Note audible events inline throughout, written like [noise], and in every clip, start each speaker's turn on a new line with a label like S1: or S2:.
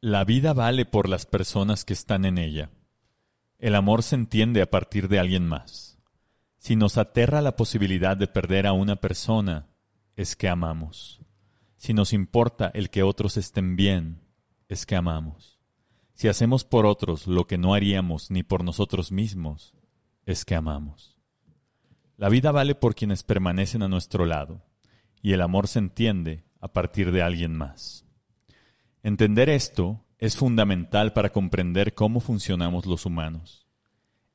S1: La vida vale por las personas que están en ella. El amor se entiende a partir de alguien más. Si nos aterra la posibilidad de perder a una persona, es que amamos. Si nos importa el que otros estén bien, es que amamos. Si hacemos por otros lo que no haríamos ni por nosotros mismos, es que amamos. La vida vale por quienes permanecen a nuestro lado, y el amor se entiende a partir de alguien más. Entender esto es fundamental para comprender cómo funcionamos los humanos.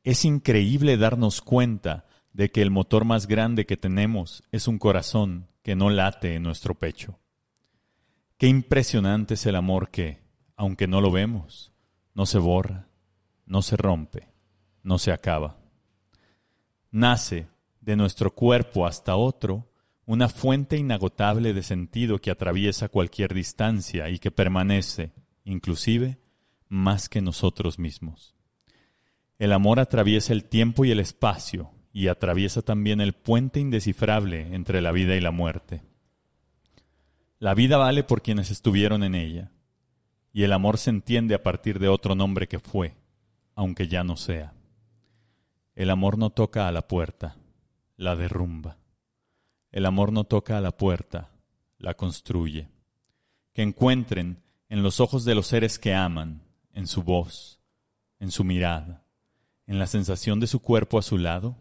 S1: Es increíble darnos cuenta de que el motor más grande que tenemos es un corazón que no late en nuestro pecho. Qué impresionante es el amor que, aunque no lo vemos, no se borra, no se rompe, no se acaba. Nace de nuestro cuerpo hasta otro una fuente inagotable de sentido que atraviesa cualquier distancia y que permanece, inclusive, más que nosotros mismos. El amor atraviesa el tiempo y el espacio y atraviesa también el puente indescifrable entre la vida y la muerte. La vida vale por quienes estuvieron en ella, y el amor se entiende a partir de otro nombre que fue, aunque ya no sea. El amor no toca a la puerta, la derrumba. El amor no toca a la puerta, la construye. Que encuentren en los ojos de los seres que aman, en su voz, en su mirada, en la sensación de su cuerpo a su lado,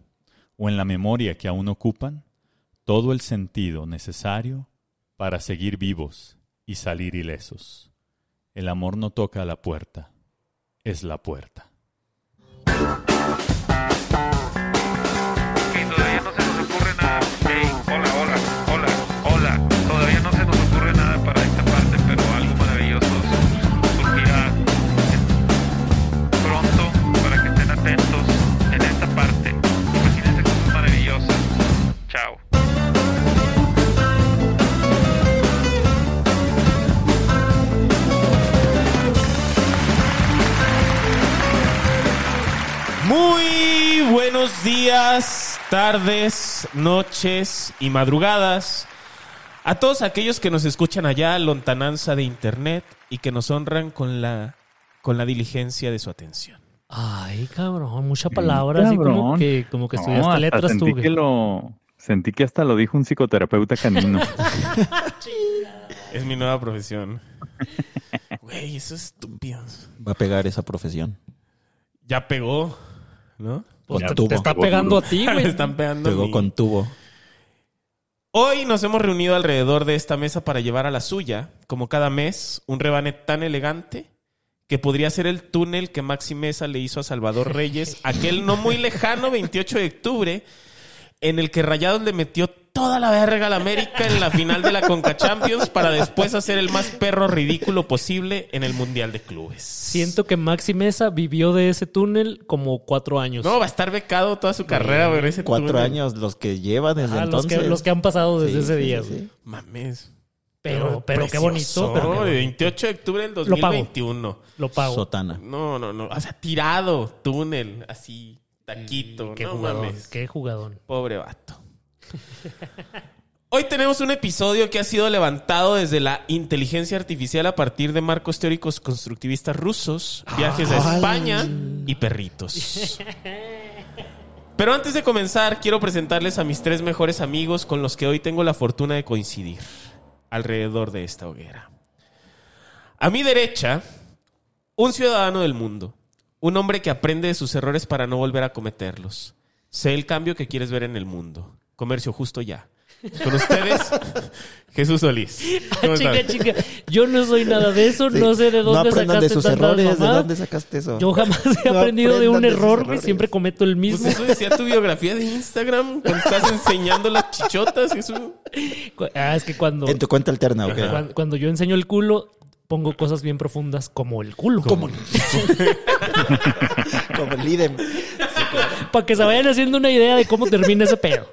S1: o en la memoria que aún ocupan, todo el sentido necesario para seguir vivos y salir ilesos. El amor no toca a la puerta, es la puerta.
S2: que todavía no se nos ocurre nada. Ey, hola, hola, hola, hola. Todavía no se nos ocurre nada para esta parte, pero algo maravilloso surgirá en- pronto para que estén atentos en esta parte. Imagínense cosas maravillosas. Chao.
S3: Muy buenos días, tardes, noches y madrugadas. A todos aquellos que nos escuchan allá a lontananza de internet y que nos honran con la, con la diligencia de su atención.
S4: Ay, cabrón, mucha palabra, así como
S5: Mm, cabrón.
S4: que, como que
S5: No,
S4: estudiaste
S5: hasta
S4: letras tú.
S5: sentí
S4: güey.
S5: que lo sentí que hasta lo dijo un
S4: [laughs]
S5: psicoterapeuta canino.
S3: Es mi nueva profesión. [laughs] Güey, eso es estúpido.
S6: Va a pegar esa profesión.
S3: Ya pegó, ¿no?
S4: Pues
S6: Ya
S4: te,
S6: tuvo.
S4: te está pegando a
S3: [laughs]
S4: ti,
S3: Me
S4: güey.
S3: están pegando.
S6: Pegó
S3: mi-
S6: con tubo.
S3: Hoy nos hemos reunido alrededor de esta mesa para llevar a la suya, como cada mes, un rebane tan elegante que podría ser el túnel que Maxi Mesa le hizo a Salvador Reyes aquel no muy lejano 28 de octubre, en el que Rayados le metió toda la verga a la América en la final de la Conca Champions para después hacer el más perro ridículo posible en el Mundial de Clubes.
S4: Siento que Maxi Mesa vivió de ese túnel como cuatro años.
S3: No, va a estar becado toda su carrera, güey. ese
S6: Cuatro
S3: túnel.
S6: años los que lleva desde
S4: Ah, los,
S6: entonces.
S4: que, los que han pasado desde
S6: Sí,
S4: ese
S6: sí,
S4: día.
S6: sí,
S4: güey.
S6: sí.
S3: Mames.
S4: Pero, pero qué bonito.
S3: precioso,
S4: pero qué
S3: de
S4: bonito.
S3: 28 de octubre del
S4: Lo pago.
S3: 2021.
S4: Lo pago.
S6: Sotana.
S3: No, no, no. O sea, tirado, túnel, así, taquito.
S4: Mm, Qué
S3: no
S4: jugadón,
S3: mames.
S4: qué jugadón.
S3: Pobre vato. Hoy tenemos un episodio que ha sido levantado desde la inteligencia artificial a partir de marcos teóricos constructivistas rusos, viajes a España y perritos. Pero antes de comenzar, quiero presentarles a mis tres mejores amigos con los que hoy tengo la fortuna de coincidir alrededor de esta hoguera. A mi derecha, un ciudadano del mundo, un hombre que aprende de sus errores para no volver a cometerlos. Sé el cambio que quieres ver en el mundo. Comercio justo ya. Con ustedes, [laughs] Jesús Solís. [laughs] ¿Cómo
S4: Ah, chica,
S3: estás?
S4: chica. Yo no soy nada de eso, no sé de
S6: no
S4: dónde
S6: aprendan
S4: sacaste
S6: de sus
S4: tantas
S6: errores. ¿De
S4: mamadas.
S6: dónde sacaste eso?
S4: Yo jamás he
S6: No
S4: aprendido de un
S6: aprendan de sus
S4: error, güey.
S6: errores.
S4: Siempre cometo el
S3: Pues
S4: mismo.
S3: eso decía tu biografía de Instagram, cuando estás enseñando las chichotas, Jesús.
S4: Cu- Ah, es que cuando,
S6: En tu cuenta alterna, ok.
S3: Ajá.
S4: cuan- cuando yo enseño el culo, pongo cosas bien profundas como el culo.
S6: Como el líder.
S4: [laughs] Para que se vayan haciendo una idea de cómo termina ese pedo.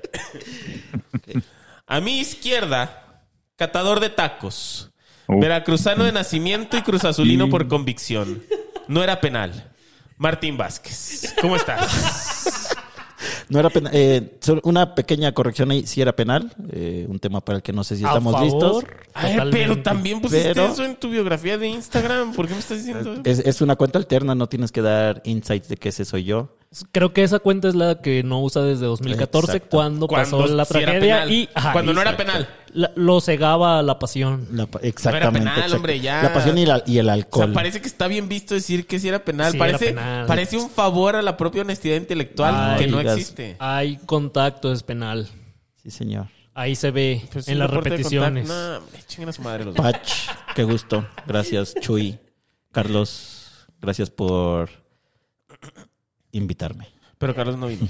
S3: A mi izquierda, catador de tacos.
S5: Uh.
S3: Veracruzano de nacimiento y cruzazulino por convicción. No era penal. Martín Vázquez, ¿cómo estás?
S6: No era penal. eh, solo una pequeña corrección ahí, sí era penal. eh, un tema para el que no sé si estamos listos.
S3: Ay, pero
S4: totalmente.
S3: también pusiste
S6: Pero-
S3: eso en tu biografía de Instagram. ¿Por qué me estás diciendo?
S6: Es, es una cuenta alterna, no tienes que dar insights de que ese soy yo.
S4: Creo que esa cuenta es la que no usa desde 2014,
S6: Exacto.
S4: cuando, pasó la
S3: sí era
S4: tragedia
S3: penal.
S4: y ajá,
S3: cuando no era
S4: exacto.
S3: penal.
S4: La- lo cegaba la pasión.
S6: La pa- exactamente.
S3: penal,
S6: exacto.
S3: hombre, ya.
S6: La pasión y, la- y el
S3: O sea,
S6: alcohol.
S3: parece que está bien visto decir que sí era penal.
S4: Sí, era
S3: parece,
S4: penal.
S3: parece un favor a la propia honestidad intelectual
S4: Ay, Ah,
S3: que no
S6: digas.
S3: existe.
S4: Hay contacto, es penal.
S6: Sí, señor.
S4: Ahí se ve
S3: Pero Pues sí,
S4: en las
S3: reporte de
S4: repeticiones.
S3: contacto, no, hombre, chinguen a su madre los dos.
S6: Pach, qué gusto. Gracias, Chuy. Carlos, gracias por invitarme.
S3: Pero Carlos no vino.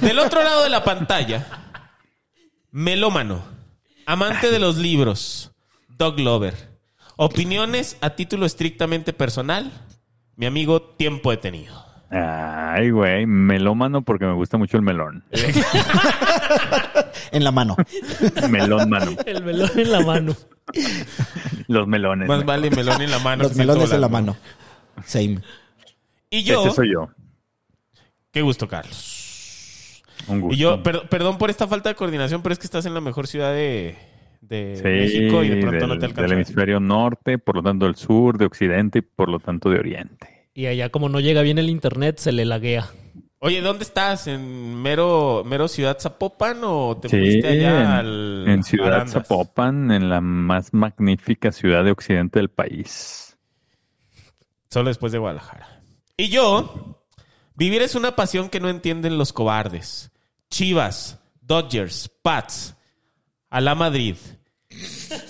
S3: Del otro lado de la pantalla, melómano, amante de los libros, dog lover, opiniones a título estrictamente personal, mi amigo tiempo detenido.
S5: Ay, güey, melómano porque me gusta mucho
S3: [laughs]
S5: el melón.
S6: En la mano.
S5: Melón mano.
S4: [laughs] El velón en la mano.
S5: Los melones.
S3: Más
S5: güey.
S3: vale melón en la mano.
S6: Los
S3: que
S6: melones
S3: siento
S6: en la
S3: volando.
S6: mano. Same.
S3: Y yo,
S5: Ese soy yo.
S3: qué gusto Carlos.
S5: Un gusto.
S3: Y yo, per- perdón por esta falta de coordinación, pero es que estás en la mejor ciudad de, de
S5: Sí,
S3: México y de pronto
S5: del,
S3: no te
S5: del
S3: alcanza.
S5: hemisferio norte, por lo tanto del sur, de occidente y por lo tanto de oriente.
S4: Y allá como no llega bien el internet, se le laguea.
S3: Oye, ¿dónde estás? ¿En mero, mero Ciudad Zapopan o te
S5: Sí,
S3: fuiste
S5: en,
S3: allá al
S5: en Ciudad
S3: Arandas?
S5: Zapopan, en la más magnífica ciudad de occidente del país.
S3: Solo después de Guadalajara. Y yo, vivir es una pasión que no entienden los cobardes. Chivas, Dodgers, Pats, a la Madrid.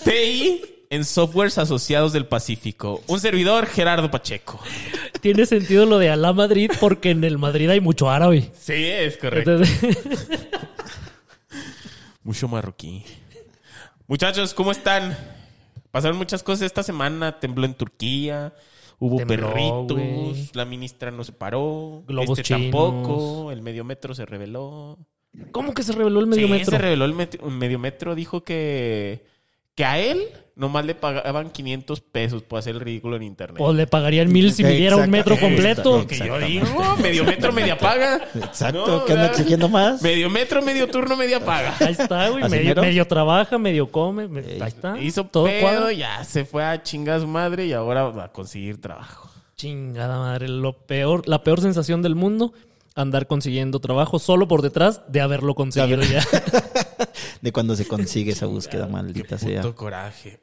S3: TI en softwares asociados del Pacífico. Un servidor, Gerardo Pacheco.
S4: Tiene sentido lo de Alá Madrid porque en el Madrid hay mucho árabe.
S3: Sí, es correcto.
S4: Entonces, [laughs]
S3: Mucho marroquí. Muchachos, ¿cómo están? Pasaron muchas cosas esta semana. Tembló en Turquía. Hubo
S4: Tembló,
S3: perritos.
S4: güey.
S3: La ministra no se paró.
S4: Globos
S3: este
S4: chinos.
S3: tampoco. El medio metro se reveló.
S4: ¿Cómo que se reveló el
S3: Sí,
S4: medio metro?
S3: se reveló el met- un medio metro. Dijo que, que a él nomás le pagaban 500 pesos por hacer el ridículo en internet.
S4: Pues le pagarían mil si midiera un
S6: Exacto.
S4: metro completo.
S3: Lo que yo
S6: Exactamente.
S3: digo, medio metro, media paga.
S6: Exacto.
S3: No,
S6: ¿Qué anda
S3: ¿verdad?
S6: exigiendo más?
S3: Medio metro, medio turno, media paga.
S4: Ahí está, güey.
S6: ¿Así
S4: Medio,
S6: mero?
S4: medio trabaja, medio come. me- ahí está.
S3: Hizo
S4: todo
S3: pedo,
S4: cuadra.
S3: ya se fue a chingar a su madre y ahora va a conseguir trabajo.
S4: Chingada madre. Lo peor, la peor sensación del mundo, andar consiguiendo trabajo solo por detrás de haberlo conseguido ya.
S6: De cuando se consigue esa búsqueda, maldita sea.
S3: Puto coraje.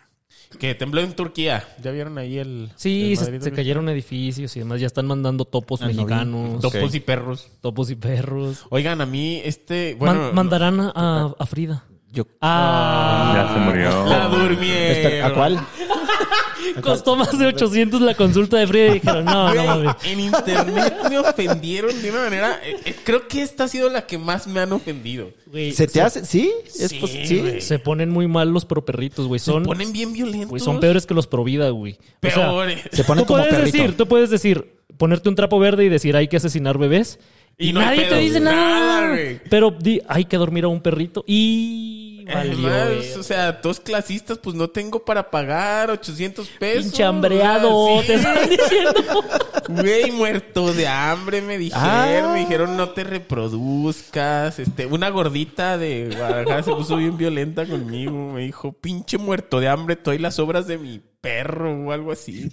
S3: [clears throat] que tembló en Turquía. ¿Ya vieron ahí el.
S4: [laughs] Sí,
S3: el
S4: se,
S3: Madrid?
S4: se cayeron edificios y demás. Ya están mandando topos
S6: Ah, no vi.
S4: mexicanos,
S6: Top-
S3: Topos
S6: Ok.
S3: y perros.
S4: topos y perros.
S3: Oigan, a mí este.
S4: Man-
S3: Bueno,
S4: mandarán a, a- a Frida.
S6: Yo-
S4: Ah,
S5: Ya se murió.
S3: La durmieron.
S6: Espera, ¿A cuál?
S4: costó más de 800 la consulta de Frida y dijeron, no, no mames.
S3: En internet me ofendieron de una manera. eh, eh, creo que esta ha sido la que más me han ofendido.
S4: Güey,
S6: ¿Se te hace? ¿Sí? ¿Es
S3: Sí,
S6: posi- ¿Sí?
S3: güey.
S4: se ponen muy mal los properritos, güey. Son,
S3: Ponen bien violentos.
S4: güey, son peores que los provida, güey. O sea,
S3: Peores.
S6: Se pone
S4: tú
S6: como
S4: puedes
S6: perrito.
S4: decir, tú puedes decir, ponerte un trapo verde y decir hay que asesinar bebés. Y,
S3: Y no hay
S4: nadie
S3: pedo.
S4: te dice
S3: Nada,
S4: nada.
S3: güey. Eh,
S4: pero di, hay que dormir a un perrito. Y valió.
S3: Además,
S4: güey.
S3: o sea, dos clasistas, pues no tengo para pagar 800 pesos.
S4: Pinche hambreado,
S3: Sí, [laughs]
S4: te están diciendo.
S3: Güey, muerto de hambre, me dijeron.
S6: Ah.
S3: Me dijeron, no te reproduzcas. Este, una gordita de Guadalajara se puso bien violenta conmigo. Me dijo, pinche muerto de hambre, estoy las obras de mi perro o algo así.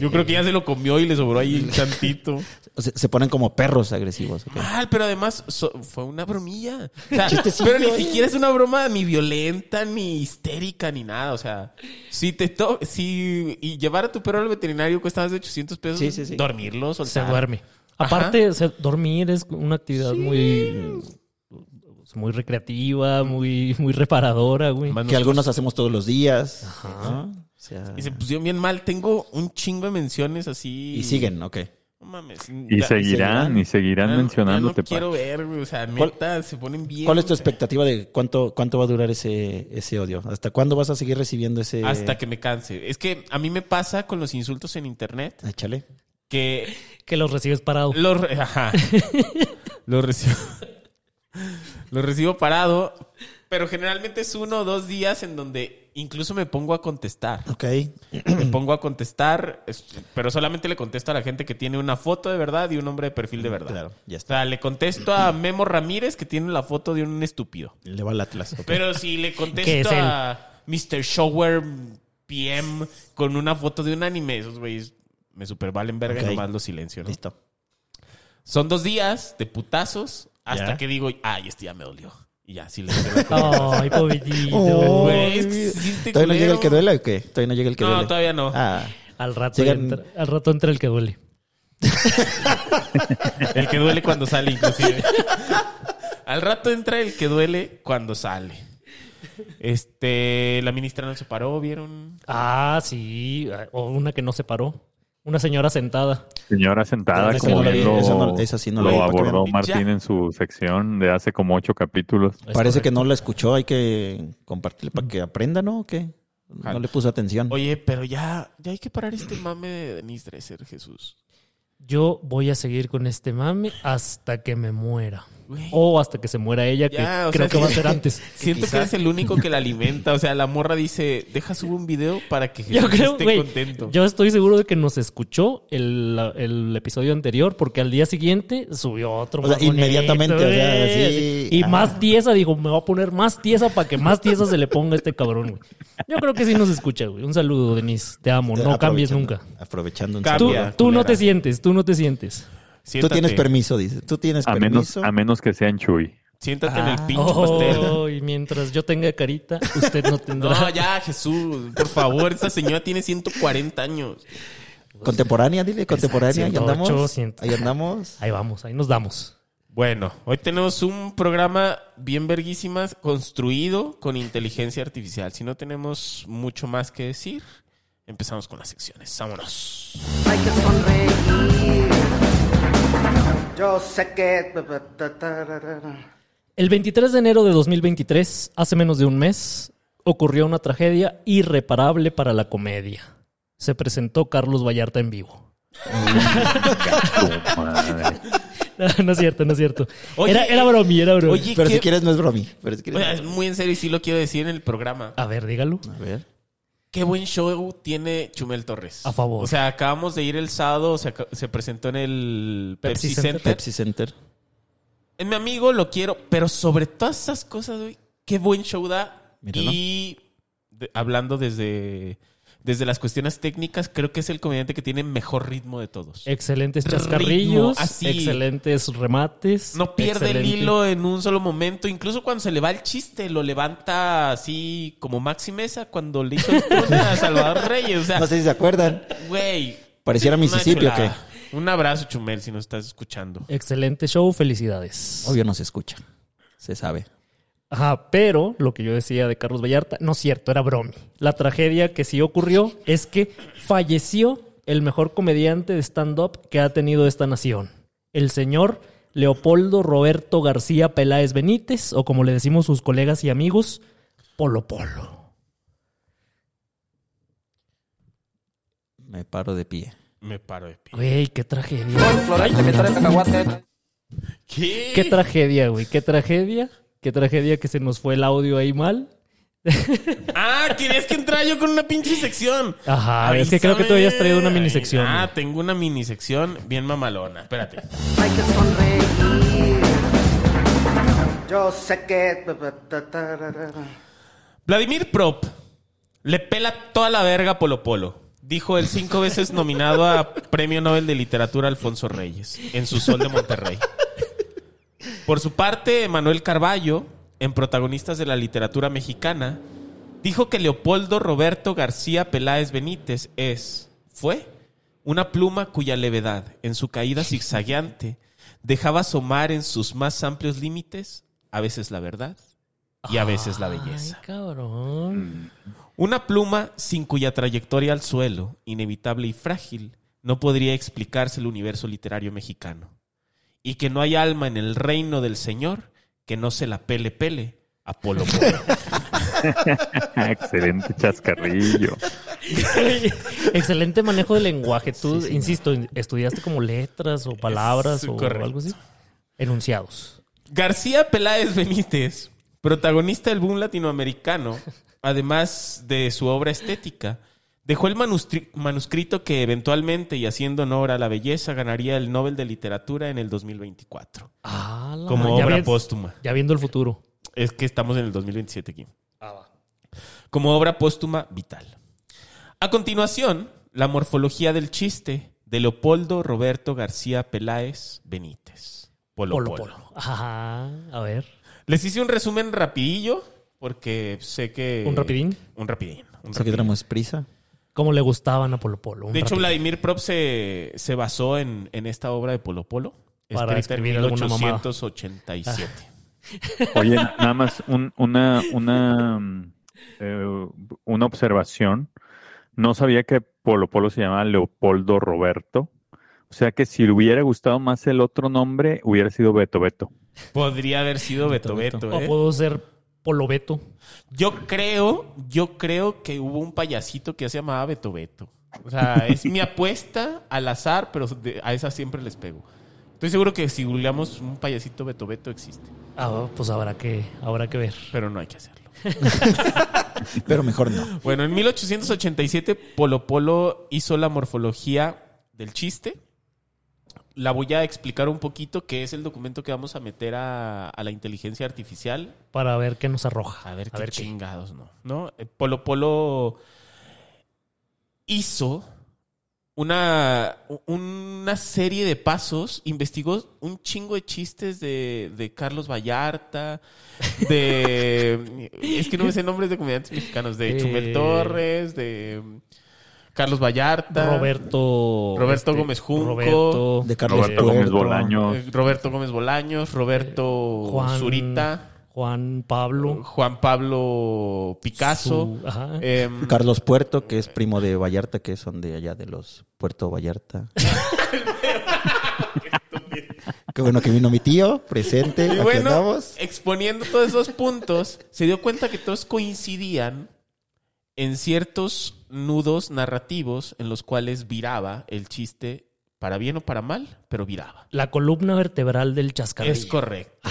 S3: Yo creo que ya se lo comió y le sobró ahí un tantito.
S6: O sea, se ponen como perros agresivos. ok.
S3: Mal, pero además so- fue una bromilla. O sea,
S6: Chistecillo,
S3: pero ni
S6: eh.
S3: siquiera es una broma ni violenta, ni histérica, ni nada. O sea, si te to si y llevar a tu perro al veterinario cuesta más de 800 pesos,
S6: Sí, sí, sí.
S3: dormirlo,
S4: se
S3: soltar.
S4: duerme.
S3: Ajá.
S4: Aparte, se- dormir es una actividad muy muy recreativa, muy muy reparadora, güey.
S3: Más
S6: Que
S3: nos-
S6: algunos hacemos todos los días. ¿no? O sea,
S3: Y se pusieron "Pues, bien mal. Tengo un chingo de menciones así.
S6: y siguen, ok.
S3: No mames.
S5: Y
S3: Ya-
S5: seguirán, Ah, este y
S3: Ah, ya
S5: seguirán
S3: no-
S5: mencionándote.
S3: ya no quiero ver, güey. O sea,
S6: ¿Cuál-
S3: neta, se ponen bien.
S6: ¿Cuál es tu
S3: o sea,
S6: expectativa de cuánto, cuánto va a durar ese, ese odio? ¿Hasta cuándo vas a seguir recibiendo ese...?
S3: Hasta que me canse. Es que a mí me pasa con los insultos en internet
S6: Échale.
S3: que
S4: que los recibes parado.
S3: Lo, re- ajá. [laughs] Lo recibo. Lo recibo parado. Pero generalmente es uno o dos días en donde incluso me pongo a contestar.
S6: Ok.
S3: Me pongo a contestar, es- pero solamente le contesto a la gente que tiene una foto de verdad y un nombre de perfil de verdad.
S6: Claro, ya
S3: O sea, le contesto a Memo Ramírez que tiene la foto de un estúpido.
S6: Le va el Atlas. ok.
S3: Pero si le
S4: ¿Qué es
S3: contesto
S4: él?
S3: a Mr. Shower PM con una foto de un anime, esos güeyes me supervalen verga
S6: Ok.
S3: y nomás los silencio. ¿no?
S6: Listo.
S3: Son dos días de putazos hasta
S6: Ya.
S3: que digo, ay, este ya me dolió. Y ya,
S6: [laughs]
S3: silencio. la conversación.
S4: Ay, pobrecito.
S6: Oh.
S3: Güey, es que se siente
S6: ¿Todavía no llega el que
S3: culero.
S6: duele o qué? ¿Todavía no llega el que
S3: No,
S6: duele?
S3: todavía no.
S6: Ah,
S4: Al rato,
S6: Sigan-
S4: entra- al rato entra el que duele.
S3: El que duele cuando sale,
S6: [laughs]
S3: inclusive. Al rato entra el que duele cuando sale. Este, la ministra no se paró, ¿vieron?
S4: Ah, sí. O una que no se paró. Una señora sentada.
S5: Señora sentada,
S6: Esa
S5: como
S6: no la vi,
S5: bien lo,
S6: esa no- esa sí no la
S5: lo
S6: vi, para que
S5: abordó
S3: vean.
S5: Martín
S3: Ya.
S5: en su sección de hace como ocho capítulos.
S6: parece que no la escuchó. Hay que compartirle para que aprenda, ¿no? ¿O qué? No
S3: Jalo.
S6: le puso atención.
S3: Oye, pero ya, ya hay que parar este mame de Denise Dresser, Jesús.
S4: Yo voy a seguir con este mame hasta que me muera.
S3: Güey.
S4: O hasta que se muera ella, que
S3: Ya, o sea,
S4: creo que va a
S3: sí.
S4: ser [laughs] antes.
S3: Siento que
S6: quizá-
S3: es el único que la alimenta. O sea, la morra dice, deja subo un video para que Jesús
S4: Yo creo,
S3: esté
S4: güey,
S3: contento.
S4: yo estoy seguro de que nos escuchó el, la- el episodio anterior porque al día siguiente subió otro.
S6: O sea,
S4: más bonito,
S6: inmediatamente, o sea,
S4: güey,
S6: sí,
S4: así. Y
S6: ah.
S4: más tiesa, digo, me voy a poner más tiesa para que más tiesa se le ponga a este cabrón, güey. Yo creo que sí nos escucha, güey. Un saludo, Denise. Te amo. No
S6: Aprovechando-
S4: cambies nunca.
S6: Aprovechando un
S4: Tú,
S3: Cambia.
S6: segundo.
S4: tú no
S3: culera.
S4: te sientes, tú no te sientes.
S6: Tú
S3: Siéntate,
S6: tienes permiso, dice. Tú tienes
S5: A menos,
S6: permiso.
S5: a menos que
S3: [laughs]
S5: sean Chuy.
S3: Siéntate en el
S6: Ah.
S3: pinche pastel.
S4: Oh, y mientras yo tenga carita, usted no tendrá.
S3: No, ya, Jesús, por favor, esa señora tiene 140 años.
S6: Contemporánea, dile, contemporánea. Ahí
S4: 108,
S6: andamos.
S4: 100.
S6: Ahí andamos.
S4: Ahí vamos, ahí nos damos.
S3: Bueno, hoy tenemos un programa bien verguísimas construido con inteligencia artificial. Si no tenemos mucho más que decir, empezamos con las secciones. Vámonos.
S7: Hay que sonreír. Yo sé que...
S4: El 23 de enero de 2023, hace menos de un mes, ocurrió una tragedia irreparable para la comedia. Se presentó Carlos Vallarta en vivo. [laughs]
S5: Tu madre.
S4: No, no es cierto, no es cierto.
S3: Oye,
S4: era, era bromi, era bromi.
S3: Oye,
S6: Pero
S3: ¿qué-
S6: si quieres, no es bromi. Pero si
S3: o sea, es
S6: quieres.
S3: muy en serio y sí lo quiero decir en el programa.
S4: A ver, dígalo.
S6: A ver.
S3: Qué buen show tiene Chumel Torres.
S4: A favor.
S3: O sea, acabamos de ir el sábado, se, aca- se presentó en el
S4: Pepsi
S3: Pepsi,
S4: Center.
S3: Center.
S6: Pepsi Center.
S3: Es mi amigo, lo quiero, pero sobre todas esas cosas, güey, qué buen show da.
S6: Míralo.
S3: Y de- hablando desde, desde las cuestiones técnicas, creo que es el comediante que tiene mejor ritmo de todos.
S4: Excelentes
S3: Ritmo,
S4: chascarrillos,
S3: así.
S4: excelentes remates.
S3: No pierde el
S4: excelente-
S3: hilo en un solo momento. Incluso cuando se le va el chiste, lo levanta así como Maxi Mesa cuando le hizo el clone
S6: [laughs]
S3: a Salvador Reyes. O sea,
S6: No sé si se acuerdan.
S3: güey.
S6: Pareciera
S3: una
S6: Mississippi, ¿o qué?
S3: chulada. Un abrazo, Chumel, si nos estás escuchando.
S4: Excelente show, felicidades.
S6: Obvio no se escucha. Se sabe.
S4: Ajá, pero lo que yo decía de Carlos Vallarta, no es cierto, era bromi. La tragedia que sí ocurrió es que falleció el mejor comediante de stand-up que ha tenido esta nación, el señor Leopoldo Roberto García Peláez Benítez, o como le decimos sus colegas y amigos, Polo Polo.
S6: Me paro de pie.
S3: Me paro de pie.
S4: Güey, qué tragedia.
S3: ¿Qué?
S4: Qué tragedia, güey, qué tragedia. Qué tragedia que se nos fue el audio ahí mal.
S3: Ah, querías que entrara yo con una pinche sección.
S4: Ajá, Ah, es que creo que tú habías traído una minisección.
S3: Ah,
S4: güey.
S3: tengo una minisección bien mamalona. Espérate.
S7: Hay que sonreír. Yo sé que...
S3: Vladimir Prop le pela toda la verga a Polo Polo. Dijo el cinco veces nominado a Premio Nobel de Literatura Alfonso Reyes en su Sol de Monterrey. Por su parte, Manuel Carballo, en Protagonistas de la Literatura Mexicana, dijo que Leopoldo Roberto García Peláez Benítez es, fue, una pluma cuya levedad, en su caída zigzagueante, dejaba asomar en sus más amplios límites, a veces la verdad y a veces la belleza.
S4: Ay, cabrón.
S3: Una pluma sin cuya trayectoria al suelo, inevitable y frágil, no podría explicarse el universo literario mexicano. Y que no hay alma en el reino del Señor que no se la pele pele a Polo Polo.
S4: [laughs]
S5: [laughs] Ah, Excelente chascarrillo.
S4: Güey, [laughs] Excelente manejo de lenguaje. Tú, insisto, estudiaste como letras o palabras
S3: Es
S4: o
S3: correcto.
S4: algo así. Enunciados.
S3: García Peláez Benítez, protagonista del boom latinoamericano, además de su obra estética, dejó el manustri- manuscrito que eventualmente y haciendo honor a la belleza ganaría el Nobel de Literatura en el 2024
S4: Ah, la-
S3: como
S4: ya
S3: obra
S4: ves-
S3: póstuma.
S4: Ya viendo el futuro.
S3: Es que estamos en el 2027 aquí. Como obra póstuma vital. A continuación, la morfología del chiste de Leopoldo Roberto García Peláez Benítez. Polo
S4: Polo,
S3: Polo.
S4: polo. Ajá, a ver.
S3: Les hice un resumen rapidillo porque sé que...
S4: ¿Un rapidín?
S3: Un rapidín. un
S6: Sé que
S3: rapidín.
S6: tenemos prisa.
S4: ¿Cómo le gustaban a Polo Polo? Un
S3: De hecho,
S4: ratito.
S3: Vladimir Prop se, se basó en, en esta obra de Polo Polo.
S4: Para
S3: escrita en
S4: escribir alguna mamada.
S3: 1887.
S4: [laughs]
S5: Oye, nada más un- una, una, mm, eh, una observación. No sabía que Polo Polo se llamaba Leopoldo Roberto. O sea que si le hubiera gustado más el otro nombre, hubiera sido Beto Beto.
S3: Podría haber sido Beto
S6: Beto.
S3: Beto.
S4: O
S3: ¿eh?
S4: puedo ser Polo Beto.
S3: Yo creo, yo creo que hubo un payasito que se llamaba Beto Beto. O sea, es mi apuesta al azar, pero de- a esa siempre les pego. Estoy seguro que si googleamos un payasito Beto Beto existe,
S4: Ah, pues habrá que, habrá que ver.
S3: pero no hay que hacerlo.
S6: Pero mejor no.
S3: Bueno, en 1887 Polo Polo hizo la morfología del chiste. La voy a explicar un poquito, que es el documento que vamos a meter a, a la inteligencia artificial
S4: Para ver qué nos arroja.
S3: A ver qué chingados, ¿no? ¿No? Eh, Polo Polo hizo una, una serie de pasos, investigó un chingo de chistes de, de Carlos Vallarta, de... es que no me sé nombres de comediantes mexicanos, de
S4: Eh,
S3: Chumel Torres, de Carlos Vallarta,
S4: Roberto.
S3: Roberto Gómez Junco.
S6: De Carlos
S5: Roberto Gómez
S6: Puerto.
S5: eh, Bolaños.
S3: eh, Roberto Gómez Bolaños, Roberto
S4: Eh, Juan.
S3: Zurita.
S4: Juan Pablo.
S3: Juan Pablo Picasso.
S4: Su- ajá.
S3: em,
S6: Carlos Puerto, que es primo de Vallarta, que son de allá de los Puerto
S3: [laughs]
S6: Vallarta. Qué bueno que vino mi tío, presente.
S3: y
S6: Aquí
S3: bueno,
S6: andamos.
S3: exponiendo todos esos puntos, se dio cuenta que todos coincidían en ciertos nudos narrativos en los cuales viraba el chiste, para bien o para mal, pero viraba.
S4: La columna vertebral del chascarrillo.
S3: Es correcto.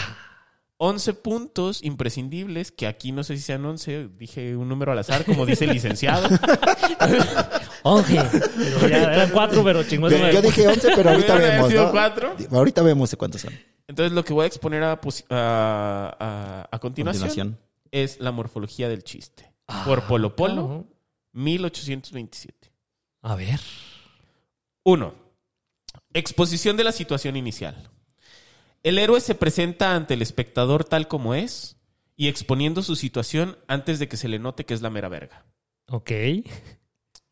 S3: 11 puntos imprescindibles, que aquí no sé si sean 11, dije un número al azar, como dice el
S6: [laughs]
S3: licenciado. [laughs]
S4: Onge. Pero ya eran cuatro, pero chingón.
S3: pues,
S6: Yo, yo dije 11, pero ahorita
S3: Pudieron haber
S6: vemos.
S3: sido
S6: ¿no?
S3: cuatro.
S6: Ahorita vemos cuántos son.
S3: Entonces lo que voy a exponer a, posi- a- a- a continuación
S6: Continuación. Ah,
S3: es la morfología del chiste. por Polo Polo, 1827.
S4: A ver.
S3: 1. Exposición de la situación inicial. El héroe se presenta ante el espectador tal como es y exponiendo su situación antes de que se le note que es la mera verga.
S4: Ok.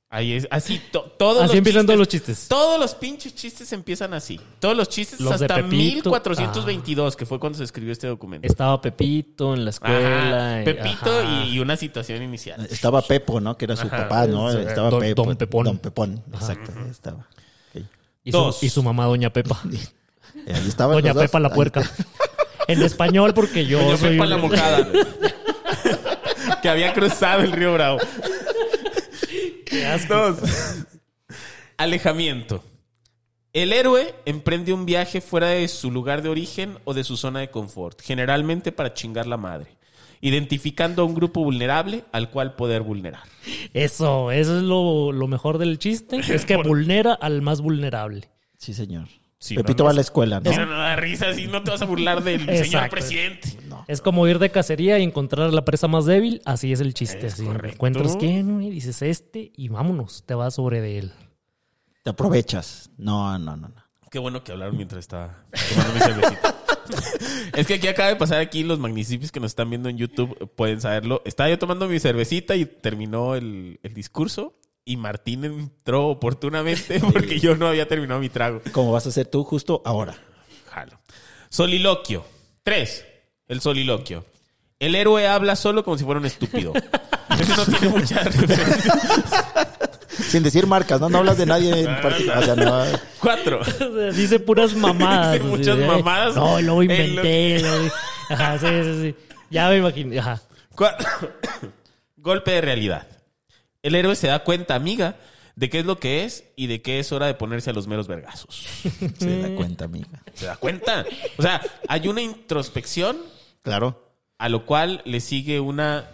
S3: Ahí es, así, to- todos,
S4: Así
S3: los
S4: empiezan
S3: chistes-
S4: todos los chistes.
S3: todos los pinches chistes empiezan así. Todos los chistes
S4: Los de
S3: hasta
S4: Pepito.
S3: 1422, que fue cuando se escribió este documento.
S4: Estaba Pepito en la escuela.
S3: Ajá,
S4: y-
S3: Pepito
S4: ajá.
S3: y, y una situación inicial.
S6: Estaba Pepo, ¿no? Que era su
S3: Ajá.
S6: papá, ¿no? Estaba
S4: Don-
S6: Pepo.
S4: Don Pepón.
S6: Don Pepón, exacto. ahí estaba. Ok.
S4: Y su,
S3: Dos.
S4: y su mamá, Doña Pepa.
S6: [laughs] Eh, Ahí estaban
S4: Doña
S6: los dos.
S4: Pepa la
S6: Ahí [laughs]
S4: puerca. En español, porque yo
S3: Doña
S4: soy
S3: Pepa
S4: un-
S3: la [laughs] mojada. que había cruzado el río Bravo. Dos. Alejamiento. El héroe emprende un viaje fuera de su lugar de origen o de su zona de confort, generalmente para chingar la madre, identificando a un grupo vulnerable al cual poder vulnerar.
S4: [laughs] Eso, eso es lo, lo mejor
S3: [laughs]
S4: del chiste. Es que vulnera al más vulnerable.
S6: Sí, señor.
S3: Sí,
S6: Pepito
S3: no,
S6: va a la escuela, ¿no?
S3: Eso no da risa, si no te vas a burlar del señor
S4: Exacto.
S3: presidente.
S4: Es como ir de cacería y encontrar a la presa más débil. Así es el chiste.
S3: Es
S4: así,
S3: correcto.
S4: encuentras quién y dices este y vámonos. Te vas sobre
S3: [laughs]
S4: de él.
S6: Te aprovechas. No, no, no. no.
S3: Qué bueno que hablaron mientras estaba tomando mi cervecita. [laughs] es que aquí acaba de pasar aquí los magnicipios que nos están viendo en YouTube eh, pueden saberlo. Estaba yo tomando mi cervecita y terminó el, el discurso y Martín entró [laughs] oportunamente porque yo no había terminado mi trago.
S6: Como vas a hacer tú justo
S3: [laughs]
S6: ahora.
S3: Jalo. Soliloquio. Tres. El soliloquio. El héroe habla solo como si fuera un [laughs] estúpido. Eso no tiene mucha referencia.
S6: Sin decir marcas, ¿no? No hablas de
S3: [laughs]
S6: nadie en particular. O sea, no.
S3: Cuatro.
S4: Dice [laughs] puras mamadas.
S3: Dice muchas
S4: así, eh,
S3: mamadas.
S4: No, y luego
S3: Eh, lo-
S4: inventé. lo- Ajá, sí, sí, sí. Ya me imagino. Ajá.
S3: Cua- [coughs] Golpe de realidad. El héroe se da cuenta, amiga, de qué es lo que es y de qué es hora de ponerse a los meros vergazos.
S6: Se da cuenta, amiga.
S3: ¿Se da cuenta? O sea, hay una introspección
S6: Claro.
S3: a lo cual le sigue una